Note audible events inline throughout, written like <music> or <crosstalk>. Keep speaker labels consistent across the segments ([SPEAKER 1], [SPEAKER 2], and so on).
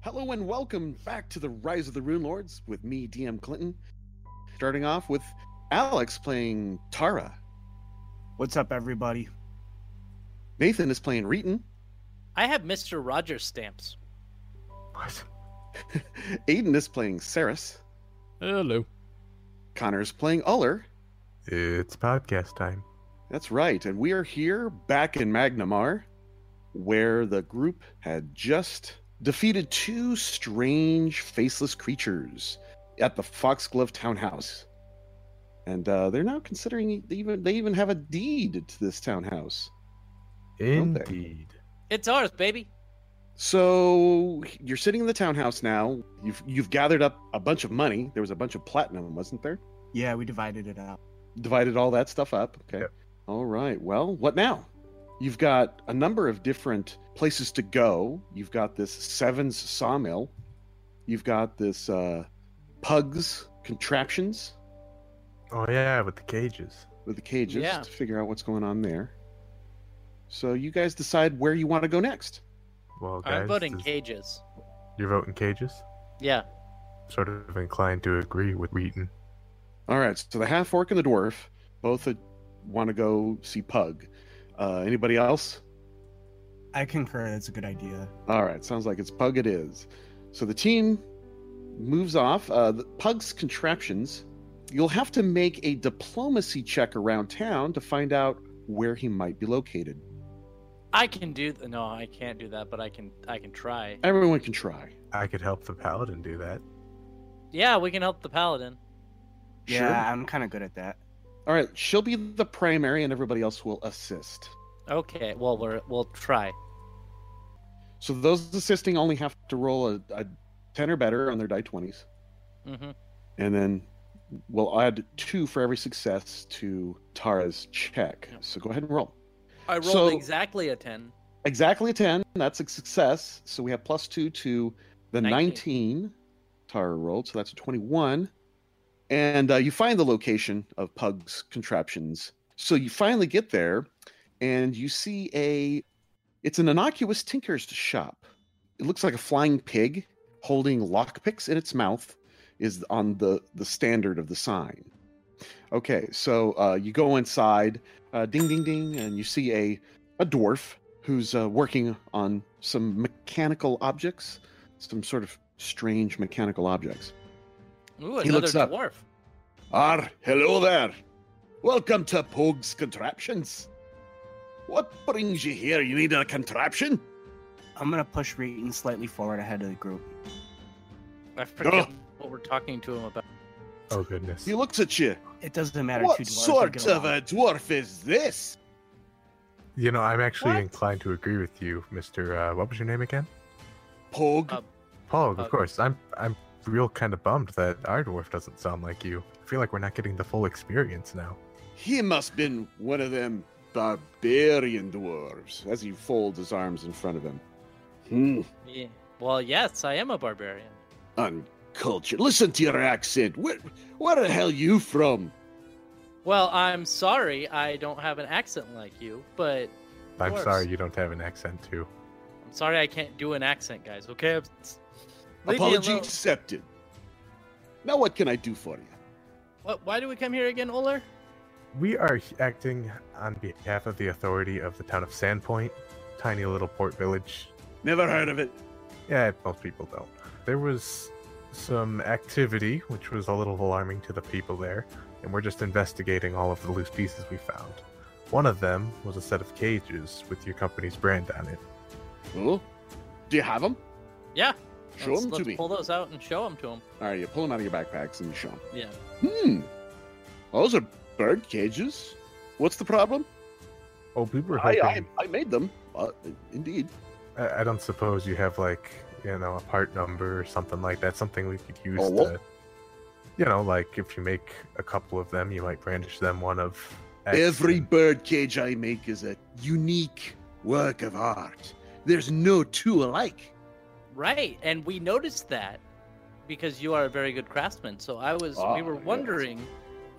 [SPEAKER 1] Hello and welcome back to the Rise of the Rune Lords with me, DM Clinton. Starting off with Alex playing Tara.
[SPEAKER 2] What's up, everybody?
[SPEAKER 1] Nathan is playing Reeton.
[SPEAKER 3] I have Mr. Rogers stamps.
[SPEAKER 2] What?
[SPEAKER 1] Aiden is playing Saris.
[SPEAKER 4] Hello.
[SPEAKER 1] Connor is playing Uller.
[SPEAKER 5] It's podcast time.
[SPEAKER 1] That's right, and we are here back in Magnamar, where the group had just defeated two strange faceless creatures at the Foxglove townhouse. And uh, they're now considering they even they even have a deed to this townhouse. Okay.
[SPEAKER 5] Indeed.
[SPEAKER 3] It's ours, baby.
[SPEAKER 1] So you're sitting in the townhouse now. You've you've gathered up a bunch of money. There was a bunch of platinum, wasn't there?
[SPEAKER 2] Yeah, we divided it up.
[SPEAKER 1] divided all that stuff up. Okay.
[SPEAKER 5] Yep.
[SPEAKER 1] All right. Well, what now? You've got a number of different places to go. You've got this Sevens sawmill. You've got this uh, Pugs contraptions
[SPEAKER 5] Oh yeah, with the cages.
[SPEAKER 1] with the cages
[SPEAKER 3] Yeah.
[SPEAKER 1] to figure out what's going on there. So you guys decide where you want to go next.
[SPEAKER 5] Well, guys,
[SPEAKER 3] I'm voting
[SPEAKER 5] does-
[SPEAKER 3] cages.
[SPEAKER 5] you're voting cages.
[SPEAKER 3] Yeah.
[SPEAKER 5] Sort of inclined to agree with Wheaton.
[SPEAKER 1] All right. So the half orc and the dwarf both uh, want to go see Pug. Uh, anybody else?
[SPEAKER 2] I concur. That's a good idea.
[SPEAKER 1] All right, sounds like it's Pug. It is. So the team moves off. Uh, the Pug's contraptions. You'll have to make a diplomacy check around town to find out where he might be located.
[SPEAKER 3] I can do th- no, I can't do that, but I can I can try.
[SPEAKER 1] Everyone can try.
[SPEAKER 5] I could help the paladin do that.
[SPEAKER 3] Yeah, we can help the paladin.
[SPEAKER 1] Sure.
[SPEAKER 2] Yeah, I'm kind of good at that.
[SPEAKER 1] All right, she'll be the primary, and everybody else will assist.
[SPEAKER 3] Okay, well we're we'll try.
[SPEAKER 1] So those assisting only have to roll a, a ten or better on their die twenties.
[SPEAKER 3] hmm
[SPEAKER 1] and then we'll add two for every success to Tara's check. So go ahead and roll.
[SPEAKER 3] I rolled
[SPEAKER 1] So-
[SPEAKER 3] exactly a ten.
[SPEAKER 1] Exactly a 10. That's a success. So we have plus two to the 19,
[SPEAKER 3] 19
[SPEAKER 1] Tara rolled. So that's a 21. And uh, you find the location of Pug's contraptions. So you finally get there and you see a, it's an innocuous tinker's shop. It looks like a flying pig holding lockpicks in its mouth is on the, the standard of the sign. Okay, so uh, you go inside, uh, ding, ding, ding, and you see a, a dwarf who's uh, working on some mechanical objects, some sort of strange mechanical objects.
[SPEAKER 3] Ooh, another
[SPEAKER 1] He looks up.
[SPEAKER 3] dwarf.
[SPEAKER 1] Ah, hello there. Welcome to Pog's Contraptions. What brings you here? You need a contraption?
[SPEAKER 2] I'm gonna push Reeton slightly forward ahead of the group.
[SPEAKER 3] I forget what we're talking to him about.
[SPEAKER 5] Oh goodness.
[SPEAKER 1] He looks at you.
[SPEAKER 2] It doesn't matter. two
[SPEAKER 1] What
[SPEAKER 2] dwarves will
[SPEAKER 1] sort
[SPEAKER 2] get
[SPEAKER 1] of
[SPEAKER 2] along.
[SPEAKER 1] a dwarf is this?
[SPEAKER 5] You know, I'm actually
[SPEAKER 3] What?
[SPEAKER 5] inclined to agree with you, Mister. Uh, what was your name again?
[SPEAKER 1] Pog?
[SPEAKER 3] Uh,
[SPEAKER 5] Pog, of
[SPEAKER 3] Pog.
[SPEAKER 5] course. I'm I'm real kind of bummed that our dwarf doesn't sound like you. I feel like we're not getting the full experience now.
[SPEAKER 1] He must have been one of them barbarian dwarves as he folds his arms in front of him. Hmm.
[SPEAKER 3] Yeah. Well, yes, I am a barbarian.
[SPEAKER 1] Uncultured. Listen to your accent. Where, where the hell you from?
[SPEAKER 3] Well, I'm sorry, I don't have an accent like you, but
[SPEAKER 5] I'm
[SPEAKER 3] Dwarves.
[SPEAKER 5] sorry you don't have an accent too.
[SPEAKER 3] I'm sorry I can't do an accent, guys. Okay, I'm... Leave me
[SPEAKER 1] Apology
[SPEAKER 3] alone.
[SPEAKER 1] accepted. Now, what can I do for you?
[SPEAKER 3] What, why do we come here again, Oler?
[SPEAKER 5] We are h- acting on behalf of the authority of the town of Sandpoint, tiny little port village.
[SPEAKER 1] Never heard of it.
[SPEAKER 5] Yeah, most people don't. There was some activity which was a little alarming to the people there, and we're just investigating all of the loose pieces we found. One of them was a set of cages with your company's brand on it.
[SPEAKER 1] Oh, do you have them?
[SPEAKER 3] Yeah.
[SPEAKER 1] Show
[SPEAKER 3] let's,
[SPEAKER 1] them to
[SPEAKER 3] let's
[SPEAKER 1] me.
[SPEAKER 3] Pull those out and show them to him.
[SPEAKER 1] All right, you pull them out of your backpacks and you show them.
[SPEAKER 3] Yeah.
[SPEAKER 1] Hmm. Those are bird cages. What's the problem?
[SPEAKER 5] Oh, we were
[SPEAKER 1] I,
[SPEAKER 5] hoping.
[SPEAKER 1] I, I made them. Uh, indeed.
[SPEAKER 5] I, I don't suppose you have like you know a part number or something like that. Something we could use
[SPEAKER 1] Oh, what?
[SPEAKER 5] to, you know, like if you make a couple of them, you might brandish them one of X
[SPEAKER 1] Every
[SPEAKER 5] and-
[SPEAKER 1] bird cage I make is a unique work of art. There's no two alike.
[SPEAKER 3] Right. And we noticed that because you are a very good craftsman. So I was,
[SPEAKER 1] Ah,
[SPEAKER 3] we were
[SPEAKER 1] yes.
[SPEAKER 3] wondering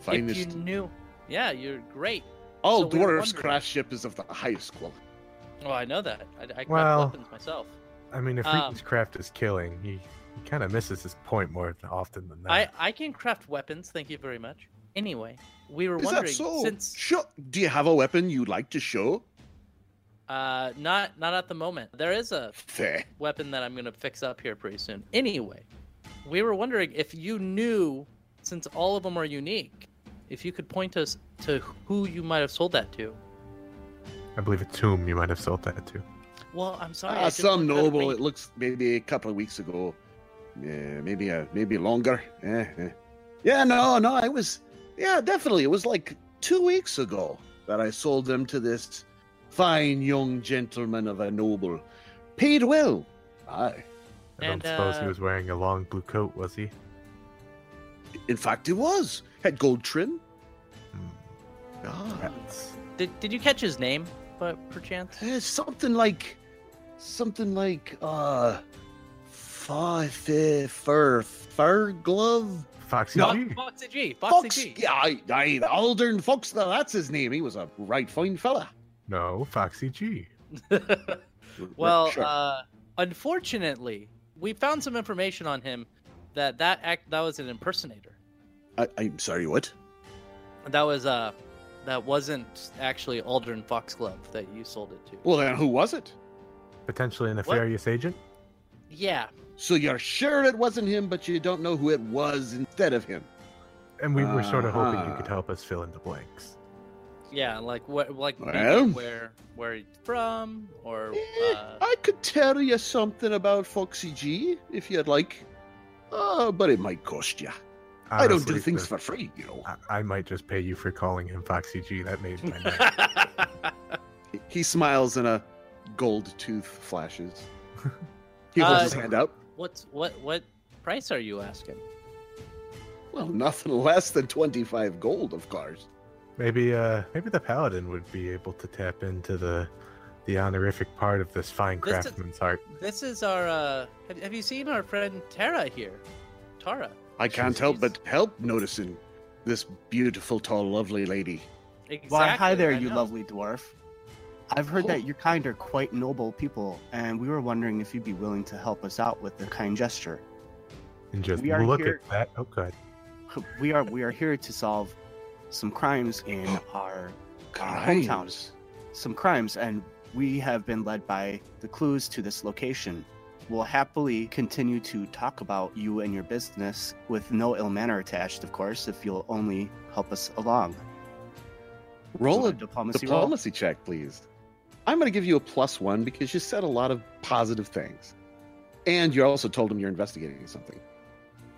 [SPEAKER 3] if you
[SPEAKER 1] Finest.
[SPEAKER 3] knew. Yeah, you're great.
[SPEAKER 1] All
[SPEAKER 3] so we were
[SPEAKER 1] dwarves'
[SPEAKER 3] wondering.
[SPEAKER 1] craft ship is of the highest quality.
[SPEAKER 3] Oh, I know that. I, I craft
[SPEAKER 5] Well-
[SPEAKER 3] weapons myself.
[SPEAKER 5] I mean, if
[SPEAKER 3] Um,
[SPEAKER 5] Reeton's craft is killing, he, he kind of misses his point more th- often than not.
[SPEAKER 3] I, I can craft weapons, thank you very much. Anyway, we were
[SPEAKER 1] Is
[SPEAKER 3] wondering
[SPEAKER 1] that so?
[SPEAKER 3] since
[SPEAKER 1] Sure. Do you have a weapon you'd like to show?
[SPEAKER 3] uh not not at the moment. There is a
[SPEAKER 1] Fair.
[SPEAKER 3] weapon that I'm going to fix up here pretty soon. Anyway, we were wondering if you knew, since all of them are unique, if you could point us to who you might have sold that to.
[SPEAKER 5] I believe it's whom you might have sold that to.
[SPEAKER 3] Well, I'm sorry. I
[SPEAKER 1] Ah,
[SPEAKER 3] didn't
[SPEAKER 1] some
[SPEAKER 3] Oh, look it up.
[SPEAKER 1] noble. It looks maybe a couple of weeks ago. Yeah, maybe uh, maybe longer. Eh, eh. Yeah, no, no. I was. Yeah, definitely. It was like two weeks ago that I sold them to this fine young gentleman of a noble. Paid well. Aye.
[SPEAKER 5] I don't
[SPEAKER 3] And,
[SPEAKER 5] suppose he
[SPEAKER 3] uh,
[SPEAKER 5] was wearing a long blue coat, was he?
[SPEAKER 1] In fact, it was. Had gold trim.
[SPEAKER 5] Hmm,
[SPEAKER 1] Ah,
[SPEAKER 5] That's
[SPEAKER 3] Did, did you catch his name, but
[SPEAKER 1] <laughs>
[SPEAKER 3] perchance?
[SPEAKER 1] eh, something like, something like uh, fur fur fur glove.
[SPEAKER 5] Foxy
[SPEAKER 1] No.
[SPEAKER 5] G.
[SPEAKER 3] Foxy G. Foxy
[SPEAKER 1] Fox,
[SPEAKER 3] G.
[SPEAKER 1] yeah, I, I, Aldern Fox, now that's his name. He was a right fine fella.
[SPEAKER 5] No, Foxy G.
[SPEAKER 3] <laughs>
[SPEAKER 1] <laughs>
[SPEAKER 3] well,
[SPEAKER 1] Sure.
[SPEAKER 3] uh, unfortunately, we found some information on him that that act that was an impersonator.
[SPEAKER 1] I, I'm sorry, what?
[SPEAKER 3] That was uh, that wasn't actually Aldrin Foxglove that you sold it to.
[SPEAKER 1] Well, then who was it?
[SPEAKER 5] Potentially a nefarious agent?
[SPEAKER 3] Yeah,
[SPEAKER 1] So you're sure it wasn't him, but you don't know who it was instead of him.
[SPEAKER 5] And we were sort of hoping you could
[SPEAKER 1] Uh-huh.
[SPEAKER 5] help us fill in the blanks.
[SPEAKER 3] yeah, like what, like maybe
[SPEAKER 1] Well.
[SPEAKER 3] where where he's from or
[SPEAKER 1] Eh,
[SPEAKER 3] uh,
[SPEAKER 1] I could tell you something about Foxy G if you'd like. Oh, but it might cost you. I don't do
[SPEAKER 5] Honestly, uh,
[SPEAKER 1] things
[SPEAKER 5] the-
[SPEAKER 1] for free, you know.
[SPEAKER 5] I, I might just pay you for calling him Foxy G. That made my night.
[SPEAKER 3] <laughs> uh,
[SPEAKER 1] He smiles and a gold tooth flashes. He holds
[SPEAKER 3] Uh,
[SPEAKER 1] his hand out.
[SPEAKER 3] what's what what price are you asking?
[SPEAKER 1] Well, nothing less than 25 gold, of course.
[SPEAKER 5] Maybe uh maybe the paladin would be able to tap into the the honorific part of this fine
[SPEAKER 3] This is-
[SPEAKER 5] craftsman's art.
[SPEAKER 3] This is our uh, have, have you seen our friend Tara here? Tara,
[SPEAKER 1] I can't
[SPEAKER 3] Jeez.
[SPEAKER 1] help but help noticing this beautiful, tall, lovely lady.
[SPEAKER 3] exactly.
[SPEAKER 2] Why, hi there,
[SPEAKER 3] I
[SPEAKER 2] you
[SPEAKER 3] know.
[SPEAKER 2] lovely dwarf. I've heard
[SPEAKER 1] Oh.
[SPEAKER 2] that your kind are quite noble people, and we were wondering if you'd be willing to help us out with a kind gesture. <laughs>
[SPEAKER 5] And just
[SPEAKER 2] we are
[SPEAKER 5] look
[SPEAKER 2] here-
[SPEAKER 5] at that. Oh god.
[SPEAKER 2] We are we are here to solve some crimes
[SPEAKER 1] <gasps>
[SPEAKER 2] in our
[SPEAKER 1] Crimes.
[SPEAKER 2] some crimes, and we have been led by the clues to this location. We'll happily continue to talk about you and your business with no ill manner attached, of course, if you'll only help us along.
[SPEAKER 1] Roll a
[SPEAKER 2] diplomacy,
[SPEAKER 1] diplomacy check, please. I'm going to give you a plus one because you said a lot of positive things. And you also told him you're investigating something.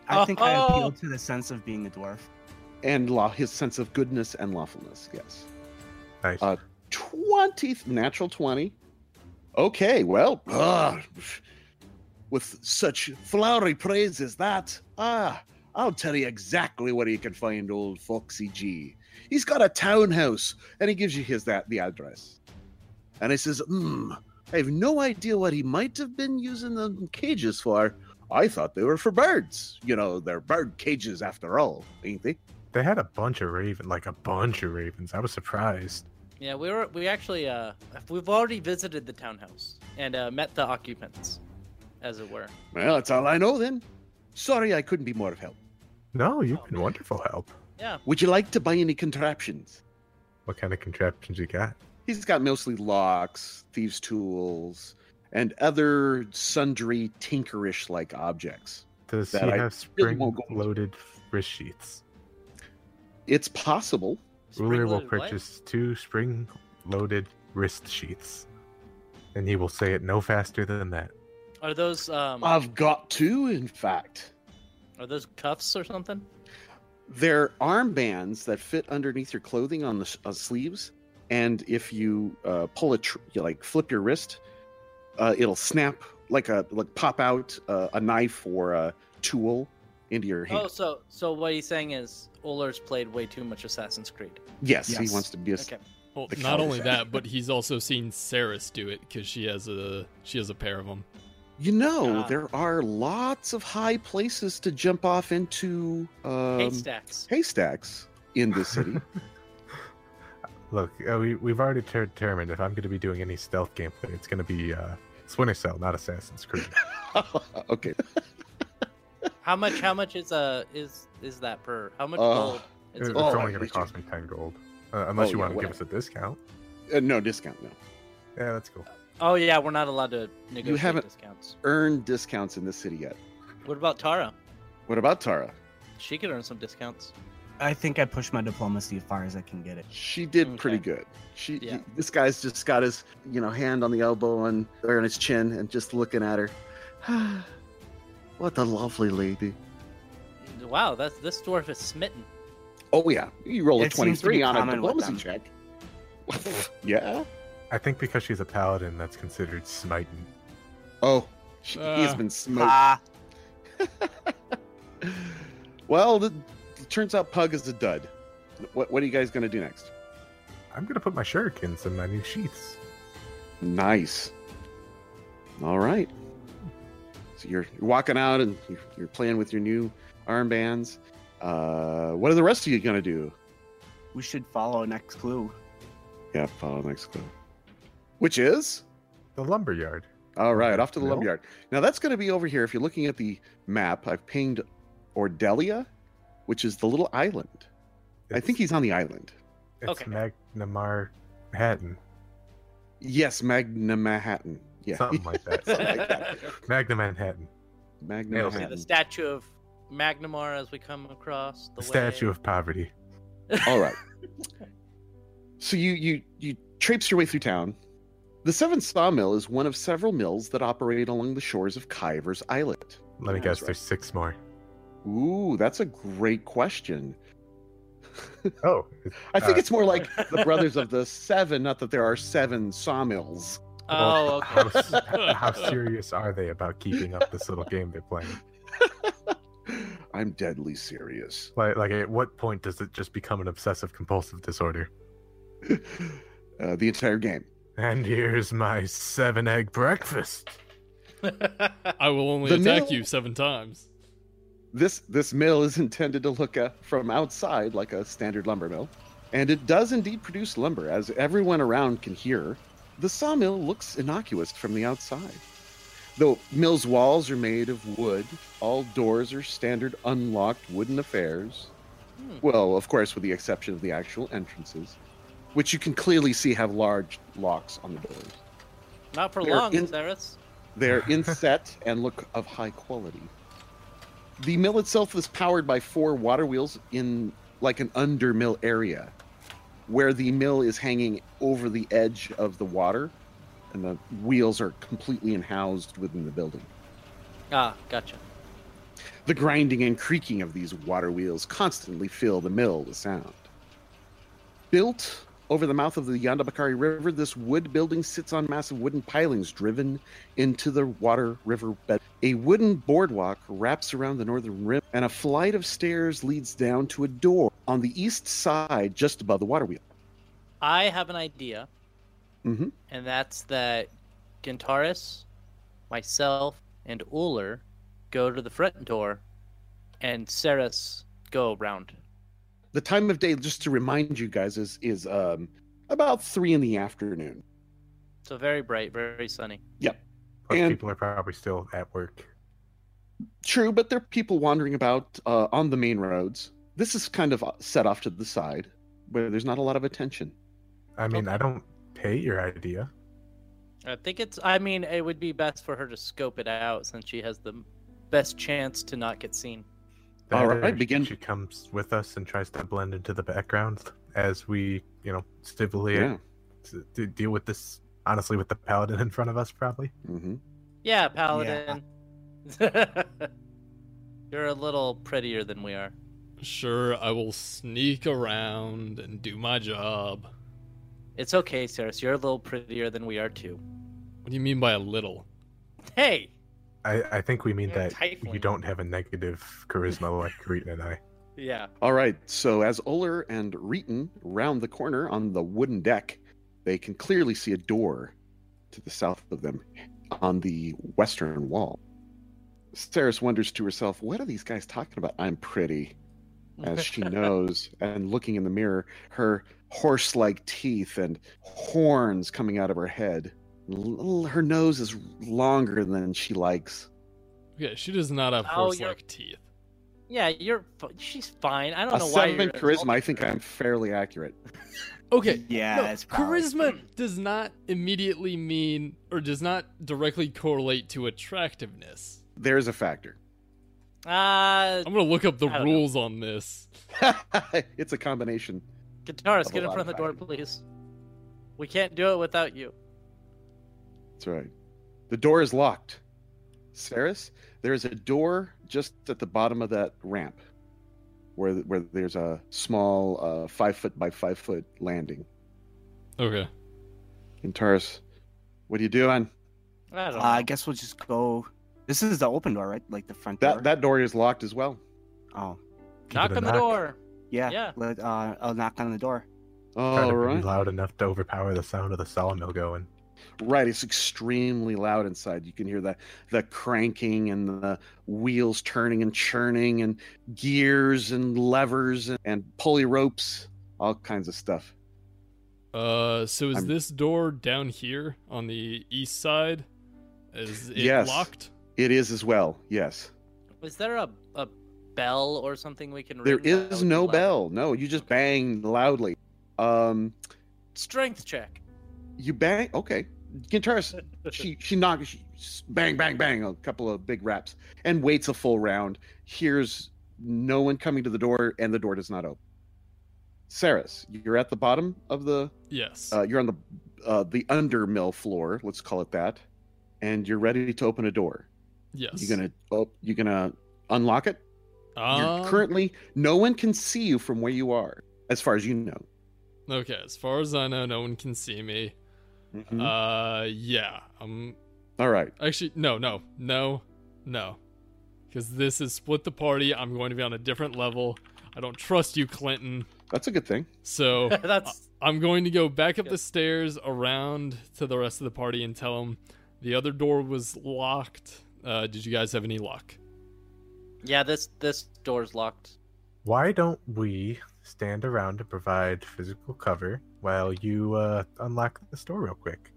[SPEAKER 2] I think I
[SPEAKER 3] Oh!
[SPEAKER 2] appeal to the sense of being a dwarf.
[SPEAKER 1] And law, his sense of goodness and lawfulness, yes.
[SPEAKER 5] Nice.
[SPEAKER 1] Uh, 20, natural 20. Okay, well, ah, with such flowery praise as that, ah, I'll tell you exactly where you can find old Foxy G. He's got a townhouse, and he gives you his that the address. And he says, hmm, I have no idea what he might have been using the cages for. I thought they were for birds. You know, they're bird cages after all, ain't they?
[SPEAKER 5] they had a bunch of raven like a bunch of ravens. I was surprised.
[SPEAKER 3] Yeah, we were we actually uh we've already visited the townhouse and uh, met the occupants, as it were.
[SPEAKER 1] Well, that's all I know then. Sorry I couldn't be more of help.
[SPEAKER 5] No, you've
[SPEAKER 3] Oh,
[SPEAKER 5] been
[SPEAKER 3] man.
[SPEAKER 5] wonderful help.
[SPEAKER 3] Yeah,
[SPEAKER 1] Would you like to buy any contraptions?
[SPEAKER 5] What kind of contraptions you got?
[SPEAKER 1] He's got mostly locks, thieves' tools, and other sundry tinkerish like objects.
[SPEAKER 5] Does
[SPEAKER 1] That
[SPEAKER 5] he
[SPEAKER 1] I
[SPEAKER 5] have
[SPEAKER 1] really
[SPEAKER 5] spring
[SPEAKER 1] won't go into.
[SPEAKER 5] loaded wrist sheaths?
[SPEAKER 1] It's possible.
[SPEAKER 5] Ruler will
[SPEAKER 3] Spring-loaded what?
[SPEAKER 5] purchase two spring loaded wrist sheaths. And he will say it no faster than that.
[SPEAKER 3] Are those um
[SPEAKER 1] I've got two, in fact.
[SPEAKER 3] are those cuffs or something?
[SPEAKER 1] They're armbands that fit underneath your clothing on the s- uh, sleeves, and if you uh, pull a tr- you, like flip your wrist, uh, it'll snap like a like pop out uh, a knife or a tool into your hand.
[SPEAKER 3] Oh, so so what he's saying is Uller's played way too much Assassin's Creed.
[SPEAKER 1] yes,
[SPEAKER 2] Yes.
[SPEAKER 1] he wants to be a s-
[SPEAKER 3] Okay.
[SPEAKER 4] Well,
[SPEAKER 1] The
[SPEAKER 4] not
[SPEAKER 1] cow
[SPEAKER 4] only
[SPEAKER 1] is-
[SPEAKER 4] that, but he's also seen Saris do it because she has a she has a pair of them.
[SPEAKER 1] You know,
[SPEAKER 3] Ah.
[SPEAKER 1] there are lots of high places to jump off into um,
[SPEAKER 3] Haystacks.
[SPEAKER 1] haystacks in this
[SPEAKER 3] <laughs>
[SPEAKER 1] city. <laughs>
[SPEAKER 5] Look, uh, we, we've already ter- determined if I'm going to be doing any stealth gameplay, it's going to be uh, It's Winter Cell, not
[SPEAKER 1] <laughs>
[SPEAKER 5] Assassin's Creed.
[SPEAKER 1] okay.
[SPEAKER 3] How much? How much is uh is is that per? How much
[SPEAKER 1] Uh,
[SPEAKER 3] gold?
[SPEAKER 5] It- it's
[SPEAKER 1] oh, I
[SPEAKER 5] only going to
[SPEAKER 1] hate you.
[SPEAKER 5] cost me 10 gold. Uh, unless
[SPEAKER 1] Oh,
[SPEAKER 5] you
[SPEAKER 1] yeah,
[SPEAKER 5] want to give
[SPEAKER 1] whatever.
[SPEAKER 5] us a discount.
[SPEAKER 1] Uh, no discount. No.
[SPEAKER 5] Yeah, that's cool.
[SPEAKER 3] oh yeah, we're not allowed to negotiate
[SPEAKER 1] haven't-
[SPEAKER 3] discounts.
[SPEAKER 1] Earn discounts in this city yet?
[SPEAKER 3] What about Tara?
[SPEAKER 1] What about Tara?
[SPEAKER 3] She could earn some discounts.
[SPEAKER 2] I think I pushed my diplomacy as far as I can get it.
[SPEAKER 1] She did pretty
[SPEAKER 3] Okay.
[SPEAKER 1] good. She.
[SPEAKER 3] Yeah.
[SPEAKER 1] he- this guy's just got his you know hand on the elbow and or on his chin and just looking at her. <sighs> what a lovely lady.
[SPEAKER 3] Wow, that's this dwarf
[SPEAKER 1] <laughs>
[SPEAKER 3] is smitten.
[SPEAKER 1] Oh yeah, you roll a
[SPEAKER 2] It seems to
[SPEAKER 1] twenty-three
[SPEAKER 2] be
[SPEAKER 1] on a
[SPEAKER 2] common with
[SPEAKER 1] diplomacy check. <laughs> yeah.
[SPEAKER 5] I think because she's a paladin, that's considered smiting.
[SPEAKER 1] Oh, she, he
[SPEAKER 3] Uh,
[SPEAKER 1] has
[SPEAKER 4] Ah.
[SPEAKER 1] been smoked.
[SPEAKER 2] Ah,
[SPEAKER 1] well, th it turns out Pug is a dud. What, what are you guys going to do next?
[SPEAKER 5] I'm going to put my shurikens in my new sheaths.
[SPEAKER 1] Nice. All right. So you're, you're walking out and you're, you're playing with your new armbands. Uh, what are the rest of you going to do?
[SPEAKER 2] we should follow next clue.
[SPEAKER 1] Yeah, follow next clue. Which is?
[SPEAKER 5] The lumberyard.
[SPEAKER 1] All right, off to the
[SPEAKER 5] Middle?
[SPEAKER 1] lumberyard. Now that's going to be over here. If you're looking at the map, I've pinged Ordelia, which is the little island. I
[SPEAKER 5] It's-
[SPEAKER 1] think he's on the island.
[SPEAKER 5] It's
[SPEAKER 3] Okay.
[SPEAKER 5] Magnamar Manhattan.
[SPEAKER 1] Yes, Magna Manhattan. Yeah,
[SPEAKER 5] Something like that.
[SPEAKER 1] Something <laughs> like that.
[SPEAKER 5] Magna Manhattan.
[SPEAKER 1] Magna
[SPEAKER 3] <laughs> See
[SPEAKER 5] Nailed it.
[SPEAKER 3] the
[SPEAKER 1] Manhattan.
[SPEAKER 3] statue of Magnamar as we come across the
[SPEAKER 5] The statue
[SPEAKER 3] way.
[SPEAKER 5] of poverty.
[SPEAKER 1] All right. So you you you traipse your way through town. The Seven Sawmill is one of several mills that operate along the shores of Kyver's Islet.
[SPEAKER 5] Let me
[SPEAKER 1] That's
[SPEAKER 5] guess,
[SPEAKER 1] right.
[SPEAKER 5] there's six more.
[SPEAKER 1] Ooh, that's a great question.
[SPEAKER 5] Oh, it's-
[SPEAKER 1] I think
[SPEAKER 5] Uh,
[SPEAKER 1] it's more like the Brothers of the Seven, not that there are seven sawmills. <laughs>
[SPEAKER 3] Oh, okay.
[SPEAKER 5] how,
[SPEAKER 3] <laughs>
[SPEAKER 5] s- how serious are they about keeping up this little game they're playing?
[SPEAKER 1] I'm deadly serious. <laughs>
[SPEAKER 5] Like, like at what point does it just become an obsessive compulsive disorder?
[SPEAKER 1] Uh, the entire game.
[SPEAKER 5] And here's my seven egg breakfast.
[SPEAKER 4] I will only
[SPEAKER 1] The
[SPEAKER 4] attack
[SPEAKER 1] middle-
[SPEAKER 4] you seven times.
[SPEAKER 1] This this mill is <laughs> intended to look uh, from outside like a standard lumber mill, and it does indeed produce lumber, as everyone around can hear. The sawmill looks innocuous from the outside. Though mill's walls are made of wood, all doors are standard unlocked wooden affairs.
[SPEAKER 3] Hmm.
[SPEAKER 1] Well, of course, with the exception of the actual entrances, which you can clearly see have large locks on the doors.
[SPEAKER 3] <laughs> Not for
[SPEAKER 1] They're
[SPEAKER 3] long,
[SPEAKER 1] in-
[SPEAKER 3] Cyrus.
[SPEAKER 1] They're inset and look of high quality. The mill itself is powered by four water wheels in like an undermill area where the mill is hanging over the edge of the water and the wheels are completely housed within the building.
[SPEAKER 3] Ah, gotcha.
[SPEAKER 1] The grinding and creaking of these water wheels constantly fill the mill with sound. Built over the mouth of the Yandabakari River, this wood building sits on massive wooden pilings driven into the water river bed. A wooden boardwalk wraps around the northern rim, and a flight of stairs leads down to a door on the east side just above the water wheel.
[SPEAKER 3] I have an idea,
[SPEAKER 1] Mm-hmm.
[SPEAKER 3] and that's that Gintaris, myself, and Uller go to the front door, and Ceres go around.
[SPEAKER 1] the time of day just to remind you guys is is um about three in the afternoon
[SPEAKER 3] So very bright, very sunny.
[SPEAKER 5] Plus,
[SPEAKER 1] And-
[SPEAKER 5] people are probably still at work.
[SPEAKER 1] True, but there are people wandering about uh, on the main roads. This is kind of uh, set off to the side where there's not a lot of attention.
[SPEAKER 5] I mean, I don't hate your idea.
[SPEAKER 3] I think it's. I mean, it would be best for her to scope it out since she has the best chance to not get seen.
[SPEAKER 1] All
[SPEAKER 5] That
[SPEAKER 1] right,
[SPEAKER 5] or
[SPEAKER 1] begin.
[SPEAKER 5] She comes with us and tries to blend into the background as we, you know, civilly to- to deal with this. Honestly, with the paladin in front of us, probably.
[SPEAKER 1] hmm
[SPEAKER 3] Yeah, Paladin. <laughs> You're a little prettier than we are.
[SPEAKER 4] Sure, I will sneak around and do my job.
[SPEAKER 3] It's okay, Ceres. You're a little prettier than we are too.
[SPEAKER 4] What do you mean by a little?
[SPEAKER 3] Hey.
[SPEAKER 5] I, I think we mean
[SPEAKER 3] You're a
[SPEAKER 5] that you
[SPEAKER 3] tiefling.
[SPEAKER 5] don't have a negative charisma like Karina and I.
[SPEAKER 3] Yeah.
[SPEAKER 1] All right. So as Uller and Reeton round the corner on the wooden deck, they can clearly see a door to the south of them on the western wall. Ceres wonders to herself, "What are these guys talking about? I'm pretty."
[SPEAKER 3] <laughs>
[SPEAKER 1] as she knows, and looking in the mirror, her horse like teeth and horns coming out of her head L- her nose is longer than she likes.
[SPEAKER 4] Yeah, she does not have
[SPEAKER 3] Oh,
[SPEAKER 4] horse
[SPEAKER 3] you're-
[SPEAKER 4] like teeth.
[SPEAKER 3] Yeah, you're. f- She's fine. I don't
[SPEAKER 1] A
[SPEAKER 3] know why.
[SPEAKER 1] seven
[SPEAKER 3] you're
[SPEAKER 1] charisma. I think I'm fairly accurate.
[SPEAKER 4] Okay.
[SPEAKER 2] Yeah,
[SPEAKER 4] no,
[SPEAKER 2] it's probably-
[SPEAKER 4] charisma does not immediately mean or does not directly correlate to attractiveness.
[SPEAKER 1] There's a factor. <laughs>
[SPEAKER 3] Uh,
[SPEAKER 4] I'm gonna look up the
[SPEAKER 3] I don't know.
[SPEAKER 4] rules on this.
[SPEAKER 1] it's a combination.
[SPEAKER 3] guitarist,
[SPEAKER 1] Have a
[SPEAKER 3] get in
[SPEAKER 1] lot
[SPEAKER 3] front of
[SPEAKER 1] of
[SPEAKER 3] the door, please. We can't do it without you.
[SPEAKER 1] That's right. The door is locked. Saris, there is a door just at the bottom of that ramp, where where there's a small uh, five foot by five foot landing.
[SPEAKER 4] Okay.
[SPEAKER 1] And Taurus, what are you doing?
[SPEAKER 3] I
[SPEAKER 2] Uh,
[SPEAKER 3] don't
[SPEAKER 2] I
[SPEAKER 3] know.
[SPEAKER 2] guess we'll just go. This is the open door, right? Like the front door.
[SPEAKER 1] That that door is locked as well.
[SPEAKER 2] Oh,
[SPEAKER 5] Give
[SPEAKER 3] Knock
[SPEAKER 5] it a
[SPEAKER 3] on the
[SPEAKER 5] knock.
[SPEAKER 3] door.
[SPEAKER 2] yeah.
[SPEAKER 3] Yeah.
[SPEAKER 2] Let, uh, I'll knock on the door.
[SPEAKER 5] Try
[SPEAKER 1] All
[SPEAKER 5] to
[SPEAKER 1] right,
[SPEAKER 5] be loud enough to overpower the sound of the sawmill going.
[SPEAKER 1] right. It's extremely loud inside. You can hear the the cranking and the wheels turning and churning and gears and levers and, and pulley ropes, all kinds of stuff.
[SPEAKER 4] Uh, so is
[SPEAKER 1] I'm-
[SPEAKER 4] this door down here on the east side? Is it
[SPEAKER 1] Yes.
[SPEAKER 4] locked?
[SPEAKER 1] It is as well. Yes.
[SPEAKER 3] Is there a, a bell or something we can?
[SPEAKER 1] There
[SPEAKER 3] ring that
[SPEAKER 1] is
[SPEAKER 3] would
[SPEAKER 1] no
[SPEAKER 3] allow-
[SPEAKER 1] bell. No, you just bang loudly. Um,
[SPEAKER 3] Strength check.
[SPEAKER 1] you bang. Okay, Gintaris. <laughs> she she knocks. She, bang bang bang. A couple of big raps and waits a full round. Hears no one coming to the door, and the door does not open. Saris, you're at the bottom of the.
[SPEAKER 4] Yes.
[SPEAKER 1] Uh, you're on the uh, the under mill floor. Let's call it that, and you're ready to open a door.
[SPEAKER 4] yes.
[SPEAKER 1] You're gonna oh, you're gonna unlock it.
[SPEAKER 4] Um,
[SPEAKER 1] You're currently no one can see you from where you are, as far as you know.
[SPEAKER 4] Okay. As far as I know, no one can see me.
[SPEAKER 1] Mhm.
[SPEAKER 4] Uh, yeah. Um,
[SPEAKER 1] All right.
[SPEAKER 4] actually, no, no, no, no, because this is split the party. I'm going to be on a different level. I don't trust you, Clinton.
[SPEAKER 1] That's a good thing.
[SPEAKER 3] <laughs>
[SPEAKER 4] So
[SPEAKER 1] <laughs>
[SPEAKER 3] That's
[SPEAKER 4] I'm going to go back up
[SPEAKER 3] Yeah.
[SPEAKER 4] the stairs around to the rest of the party and tell them the other door was locked. Uh, did you guys have any luck?
[SPEAKER 3] yeah. This this door's locked.
[SPEAKER 5] Why don't we stand around to provide physical cover while you uh, unlock this door real quick?